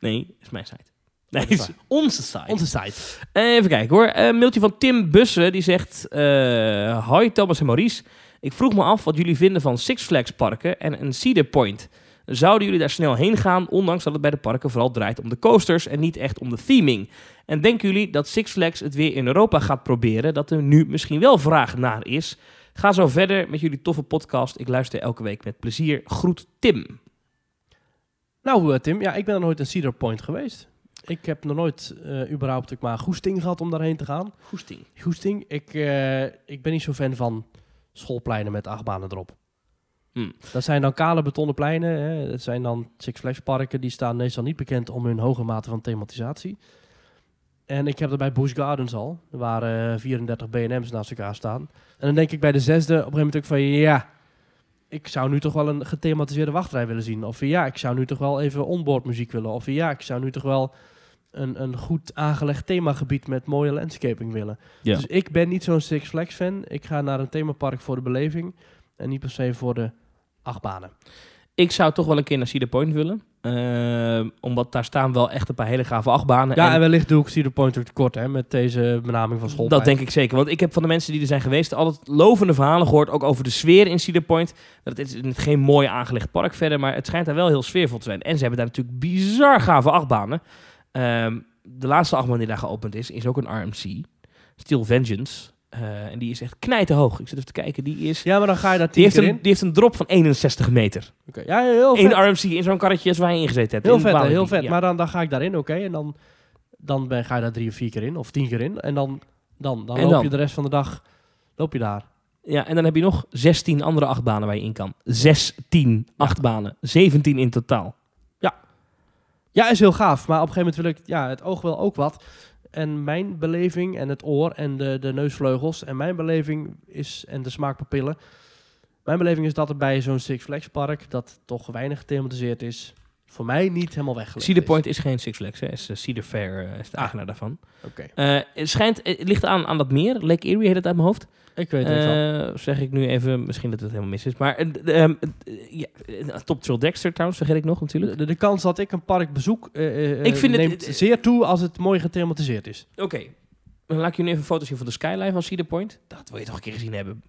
S2: Nee, is mijn site. Nee,
S1: dat is
S2: is onze site.
S1: Onze site.
S2: Even kijken hoor. Eh, Een mailtje van Tim Bussen. Die zegt... eh Hoi Thomas en Maurice. Ik vroeg me af wat jullie vinden van Six Flags parken en een Cedar Point. Zouden jullie daar snel heen gaan, ondanks dat het bij de parken vooral draait om de coasters en niet echt om de theming? En denken jullie dat Six Flags het weer in Europa gaat proberen, dat er nu misschien wel vraag naar is? Ga zo verder met jullie toffe podcast. Ik luister elke week met plezier. Groet Tim.
S1: Nou, eh, Tim, ja, ik ben nog nooit in Cedar Point geweest. Ik heb nog nooit eh, überhaupt ik maar goesting gehad om daarheen te gaan.
S2: Goesting.
S1: Goesting, ik, eh, ik ben niet zo fan van schoolpleinen met achtbanen erop.
S2: Hmm.
S1: Dat zijn dan kale betonnen pleinen. Hè. Dat zijn dan Six Flags parken. Die staan meestal niet bekend om hun hoge mate van thematisatie. En ik heb dat bij Busch Gardens al. Er waren eh, 34 B&M's naast elkaar staan. En dan denk ik bij de zesde op een gegeven moment ook van... Ja, ik zou nu toch wel een gethematiseerde wachtrij willen zien. Of ja, ik zou nu toch wel even onboard muziek willen. Of ja, ik zou nu toch wel een, een goed aangelegd themagebied met mooie landscaping willen.
S2: Ja.
S1: Dus ik ben niet zo'n Six Flags fan. Ik ga naar een themapark voor de beleving en niet per se voor de achtbanen.
S2: Ik zou toch wel een keer naar Cedar Point willen. Ehm, omdat daar staan wel echt een paar hele gave achtbanen.
S1: Ja, en wellicht doe ik Cedar Point ook tekort hè, met deze benaming van school.
S2: dat denk ik zeker. Want ik heb van de mensen die er zijn geweest altijd lovende verhalen gehoord. Ook over de sfeer in Cedar Point. Dat het is geen mooi aangelegd park verder. Maar het schijnt daar wel heel sfeervol te zijn. En ze hebben daar natuurlijk bizar gave achtbanen. Ehm, de laatste achtbaan die daar geopend is, is ook een RMC. Steel Vengeance. Eh, en die is echt knijterhoog. Ik zit even te kijken. Die, is,
S1: Ja, maar dan ga je daar
S2: die,
S1: tien
S2: heeft
S1: keer
S2: een,
S1: in.
S2: die heeft een drop van 61 meter.
S1: Oké. Ja, heel vet.
S2: Eén RMC in zo'n karretje als waar je ingezeten hebt.
S1: Heel
S2: In
S1: vet, hè,
S2: Walibi.
S1: heel vet.
S2: Ja.
S1: Maar dan, dan ga ik daarin, oké. En dan, dan ben, ga je daar drie of vier keer in, of tien keer in. En dan, dan, dan
S2: En
S1: loop
S2: dan?
S1: je de rest van de dag loop je daar.
S2: Ja, en dan heb je nog 16 andere achtbanen waar je in kan. 16 achtbanen. 17 in totaal.
S1: Ja, is heel gaaf. Maar op een gegeven moment wil ik... Ja, het oog wil ook wat. En mijn beleving en het oor en de, de neusvleugels... en mijn beleving is... en de smaakpapillen... Mijn beleving is dat er bij zo'n Six Flags park... dat toch weinig gethematiseerd is... voor mij niet helemaal weggelegd
S2: Cedar
S1: is.
S2: Point is geen Six Flags, hè. is eh, Cedar Fair eh, is de eigenaar daarvan.
S1: Oké.
S2: Eh, het, schijnt, eh, het ligt aan, aan dat meer. Lake Erie heet het uit mijn hoofd.
S1: Ik weet het wel.
S2: Eh, zeg ik nu even, misschien dat het helemaal mis is. Maar eh, d- ehm, eh, ja, eh, Top Thrill Dexter trouwens, vergeet ik nog natuurlijk.
S1: De, de kans dat ik een park bezoek... eh, eh,
S2: Ik vind het-
S1: neemt
S2: eh,
S1: zeer toe als het mooi gethematiseerd is.
S2: Oké, dan laat ik jullie even foto's zien van de skyline van Cedar Point. Dat wil je toch een keer gezien hebben.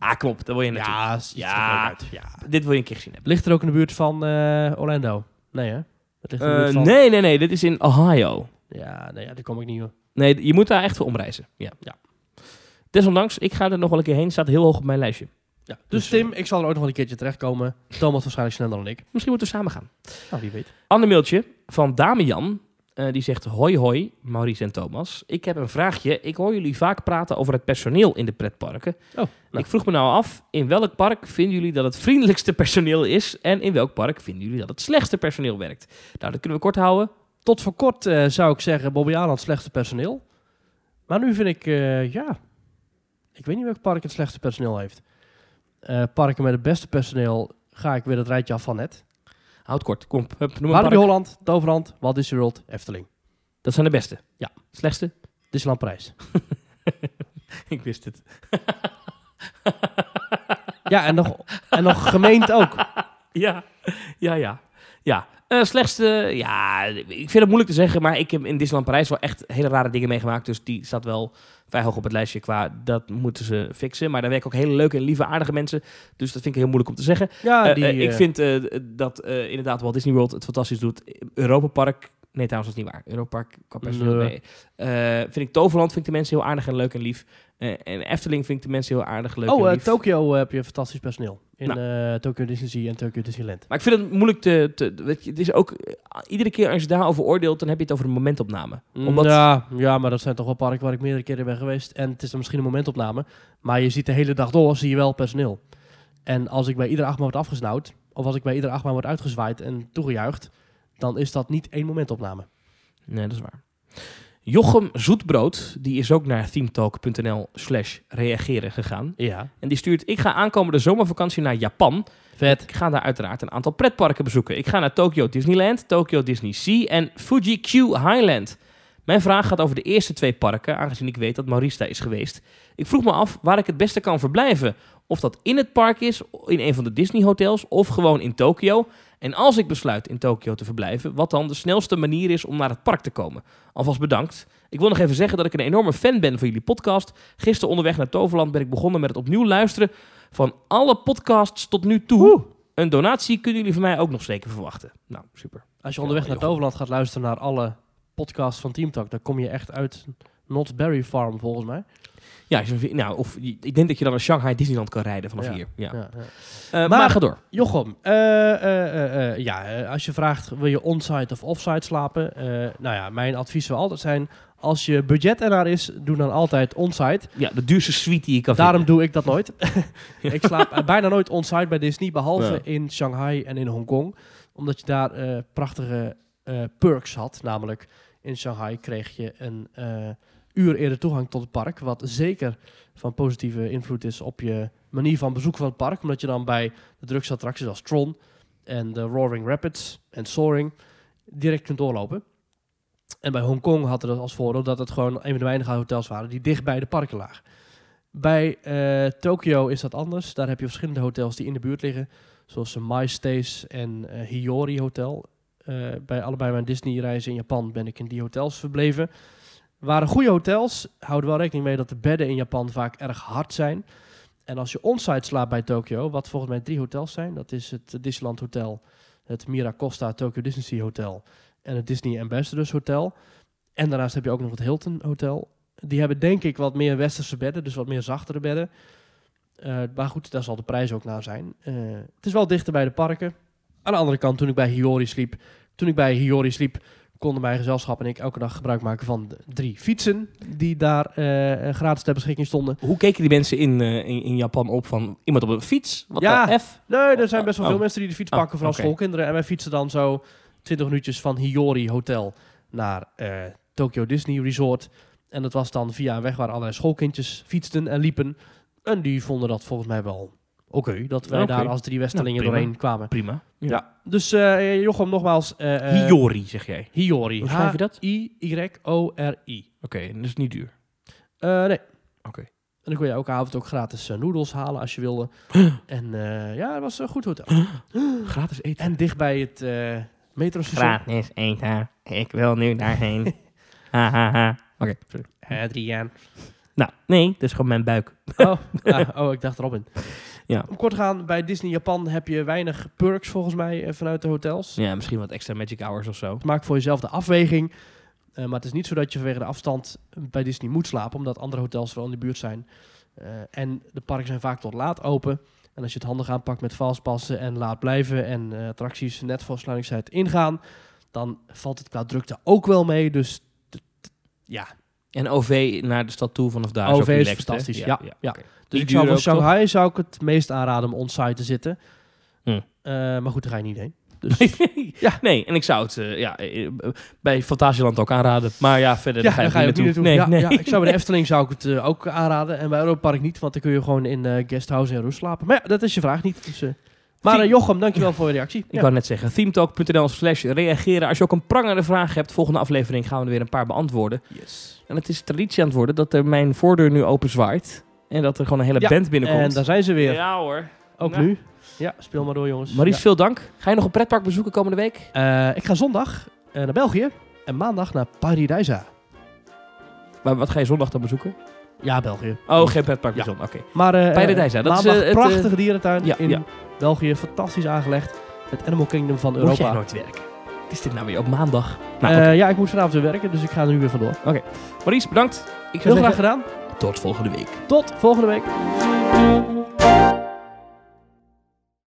S2: Ah, klopt, daar wil je natuurlijk.
S1: is- ziet er
S2: Ja.
S1: leuk uit. ja.
S2: Dit wil je een keer gezien hebben.
S1: Ligt er ook in de buurt van eh, Orlando? Nee, hè? Het ligt in de buurt
S2: Eh,
S1: van...
S2: nee, nee, nee, dit is in Ohio.
S1: Ja, nee, ja, daar kom ik niet, hoor.
S2: Nee, je moet daar echt voor omreizen. Ja.
S1: Ja.
S2: Desondanks, ik ga er nog wel een keer heen. Staat heel hoog op mijn lijstje.
S1: Ja, dus,
S2: Dus,
S1: Tim, ik zal er ooit nog wel een keertje terechtkomen. Thomas waarschijnlijk sneller dan ik.
S2: Misschien moeten we samen gaan.
S1: Nou, wie weet.
S2: Ander mailtje van Damian. Eh, die zegt, hoi hoi, Maurice en Thomas. Ik heb een vraagje. Ik hoor jullie vaak praten over het personeel in de pretparken.
S1: nou.
S2: Ik vroeg me Oh, nou af, in welk park vinden jullie dat het vriendelijkste personeel is? En in welk park vinden jullie dat het slechtste personeel werkt? Nou, dat kunnen we kort houden.
S1: Tot voor kort eh, zou ik zeggen, Bobby Aland slechtste personeel. Maar nu vind ik, eh, ja... Ik weet niet welk park het slechtste personeel heeft. Eh, parken met het beste personeel ga ik weer het rijtje af van net.
S2: Houd kort, kom. Hup, noem een
S1: Walibi
S2: park.
S1: Holland, Toverland, Walt Disney World, Efteling.
S2: Dat zijn de beste.
S1: Ja.
S2: Slechtste?
S1: Disneyland Parijs.
S2: Ik wist het.
S1: ja, en nog, en nog gemeend ook.
S2: Ja, ja, ja. ja. Eh, slechtste, ja, ik vind het moeilijk te zeggen, maar ik heb in Disneyland Parijs wel echt hele rare dingen meegemaakt. Dus die staat wel vrij hoog op het lijstje qua dat moeten ze fixen. Maar daar werken ook hele leuke en lieve aardige mensen. Dus dat vind ik heel moeilijk om te zeggen.
S1: Ja,
S2: Eh,
S1: die,
S2: eh, ik
S1: eh,
S2: vind eh, dat eh, inderdaad Walt Disney World het fantastisch doet. Europa Park, Nee, trouwens, dat is niet waar. Europark qua
S1: Nee.
S2: personeel mee. Eh, vind ik Toverland vind ik de mensen heel aardig en leuk en lief. Eh, en Efteling vind ik de mensen heel aardig, leuk
S1: oh,
S2: en
S1: eh,
S2: lief.
S1: Tokio eh, heb je fantastisch personeel. In
S2: Nou.
S1: eh Tokyo Disney Sea en Tokyo Disneyland.
S2: Maar ik vind het moeilijk te... te weet je, het is ook... eh, iedere keer als je daarover oordeelt, dan heb je het over een momentopname. Omdat,
S1: Mm, ja, ja, maar dat zijn toch wel parken waar ik meerdere keren ben geweest. En het is dan misschien een momentopname. Maar je ziet de hele dag door, zie je wel personeel. En als ik bij iedere achtbaan word afgesnauwd... of als ik bij iedere achtbaan word uitgezwaaid en toegejuicht... dan is dat niet één momentopname.
S2: Nee, dat is waar. Jochem Zoetbrood, die is ook naar themetalk.nl slash reageren gegaan.
S1: Ja.
S2: En die stuurt, ik ga aankomende zomervakantie naar Japan.
S1: Vet.
S2: Ik ga daar uiteraard een aantal pretparken bezoeken. Ik ga naar Tokyo Disneyland, Tokyo Disney Sea en Fuji Q Highland. Mijn vraag gaat over de eerste twee parken, aangezien ik weet dat Maurice daar is geweest. Ik vroeg me af waar ik het beste kan verblijven. Of dat in het park is, in een van de Disney hotels of gewoon in Tokyo. En als ik besluit in Tokyo te verblijven, wat dan de snelste manier is om naar het park te komen. Alvast bedankt. Ik wil nog even zeggen dat ik een enorme fan ben van jullie podcast. Gisteren onderweg naar Toverland ben ik begonnen met het opnieuw luisteren van alle podcasts tot nu toe. Een donatie kunnen jullie van mij ook nog zeker verwachten. Nou, super.
S1: Als je onderweg
S2: Ja,
S1: naar
S2: heel goed.
S1: Toverland gaat luisteren naar alle podcasts van Team Talk... dan kom je echt uit Knott's Berry Farm, volgens mij.
S2: Ja, als je- nou, of, je- ik denk dat je dan naar Shanghai Disneyland kan rijden vanaf
S1: Ja.
S2: hier. Ja.
S1: Ja, ja.
S2: Eh, maar,
S1: Maar-
S2: ga door.
S1: Jochem, eh, eh, eh, eh, ja, eh, als je vraagt wil je onsite of offsite slapen, eh, nou ja, mijn advies zou altijd zijn: als je budget ernaar is, doe dan altijd onsite.
S2: Ja, de duurste suite die je kan
S1: Daarom
S2: vinden.
S1: doe ik dat nooit. ik slaap eh, bijna nooit onsite bij Disney, behalve in Shanghai en in Hongkong, omdat je daar eh, prachtige eh, perks had. Namelijk in Shanghai kreeg je een eh, uur eerder toegang tot het park, wat zeker van positieve invloed is op je manier van bezoek van het park, omdat je dan bij de drukste attracties als Tron en de Roaring Rapids en Soaring direct kunt doorlopen. En bij Hongkong had het als voordeel dat het gewoon een van de weinige hotels waren die dicht bij de parken lagen. Bij eh Tokio is dat anders. Daar heb je verschillende hotels die in de buurt liggen. Zoals de My Stays en eh, Hiyori Hotel. Eh, bij allebei mijn Disney-reizen in Japan ben ik in die hotels verbleven. Waren goede hotels. Hou er wel rekening mee dat de bedden in Japan vaak erg hard zijn. En als je onsite slaapt bij Tokio, wat volgens mij drie hotels zijn. Dat is het eh, Disneyland Hotel, het Miracosta Tokyo Disney Sea Hotel en het Disney Ambassadors Hotel. En daarnaast heb je ook nog het Hilton Hotel. Die hebben denk ik wat meer westerse bedden, dus wat meer zachtere bedden. Eh, maar goed, daar zal de prijs ook naar zijn. Eh, het is wel dichter bij de parken. Aan de andere kant, toen ik bij Hiori sliep, toen ik bij Hiori sliep, konden mijn gezelschap en ik elke dag gebruik maken van de drie fietsen die daar eh, gratis ter beschikking stonden.
S2: Hoe keken die mensen in, eh, in, in Japan op van iemand op een fiets? Wat
S1: Ja.
S2: de F?
S1: Nee, er zijn best wel
S2: Oh.
S1: veel mensen die de fiets
S2: Oh,
S1: pakken, vooral
S2: oké.
S1: schoolkinderen. En wij fietsen dan zo 20 minuutjes van Hiyori Hotel naar eh Tokyo Disney Resort. En dat was dan via een weg waar allerlei schoolkindjes fietsten en liepen. En die vonden dat volgens mij wel oké, dat wij
S2: Oké.
S1: daar als drie Westelingen
S2: Nou, prima.
S1: doorheen kwamen.
S2: Prima. Ja.
S1: Dus eh, Jochem, nogmaals... eh, eh,
S2: Hiyori, zeg jij. Oké,
S1: Hiyori.
S2: Hoe schrijf je dat?
S1: H-I-Y-O-R-I.
S2: en dat is niet duur.
S1: Eh, nee.
S2: Oké.
S1: En dan kon je elke avond ook gratis eh, noedels halen als je wilde. en eh, ja, het was een goed hotel.
S2: Gratis eten.
S1: En dicht bij het eh metrostation.
S5: Gratis eten. Ik wil nu daarheen. Ha, ha, ha.
S2: Oké, sorry.
S1: Adriaan.
S2: Nou, nee, dat is gewoon mijn buik.
S1: Oh, ja, oh, ik dacht Robin.
S2: Ja.
S1: Om kort te gaan, bij Disney Japan heb je weinig perks volgens mij eh, vanuit de hotels.
S2: Ja, misschien wat extra magic hours of zo.
S1: Maak voor jezelf de afweging. Eh, maar het is niet zo dat je vanwege de afstand bij Disney moet slapen, omdat andere hotels wel in de buurt zijn. Eh, en de parken zijn vaak tot laat open. En als je het handig aanpakt met valspassen en laat blijven en eh, attracties net voor sluitingstijd ingaan, dan valt het qua drukte ook wel mee. Dus
S2: En OV naar de stad toe vanaf daar.
S1: OV
S2: ook
S1: is
S2: relaxed, hè?
S1: fantastisch, ja, ja. Dus
S2: Die
S1: ik zou
S2: duren
S1: voor
S2: ook, toch?
S1: Shanghai zou ik het meest aanraden om on-site te zitten.
S2: Hmm.
S1: Eh, maar goed, daar ga je niet heen.
S2: Nee,
S1: Ja.
S2: nee, en ik zou het eh, ja, eh, bij Fantasieland ook aanraden. Maar ja, verder Eh, daar ga je,
S1: daar
S2: ook niet naartoe.
S1: Nee,
S2: Nee,
S1: ja,
S2: nee.
S1: ja, ik zou bij de Efteling zou ik het eh, ook aanraden. En bij Europark niet, want dan kun je gewoon in eh guesthouse en rust slapen. Maar ja, dat is je vraag niet. Dus, eh, maar eh, Jochem, dankjewel voor je reactie.
S2: Ik
S1: Ja.
S2: wou net zeggen, themetalk.nl slash reageren. Als je ook een prangende vraag hebt, volgende aflevering gaan we er weer een paar beantwoorden. En het is traditie aan het worden dat er mijn voordeur nu open zwaait. En dat er gewoon een hele
S1: Ja,
S2: band binnenkomt.
S1: En daar zijn ze weer.
S2: Ja hoor.
S1: Ook
S2: Nou.
S1: nu. Ja, speel maar door jongens.
S2: Maries,
S1: Ja.
S2: veel dank. Ga je nog een pretpark bezoeken komende week?
S1: Eh, ik ga zondag eh, naar België en maandag naar Paradijsa.
S2: Maar wat ga je zondag dan bezoeken?
S1: Ja, België.
S2: Oh, geen pretpark bij zondag. Oké.
S1: Maar eh,
S2: Paradijsa, dat is,
S1: maandag
S2: eh, het,
S1: prachtige dierentuin
S2: ja,
S1: in
S2: ja.
S1: België. Fantastisch aangelegd. Het Animal Kingdom van
S2: Moet jij
S1: Europa.
S2: nooit werken? Wat is dit nou weer op maandag? Nou,
S1: Eh,
S2: oké.
S1: Ja, ik moet vanavond weer werken, dus ik ga er nu weer vandoor.
S2: Maurice, bedankt. Ik
S1: Heel
S2: zou
S1: graag
S2: zeggen,
S1: gedaan.
S2: tot volgende week.
S1: Tot volgende week.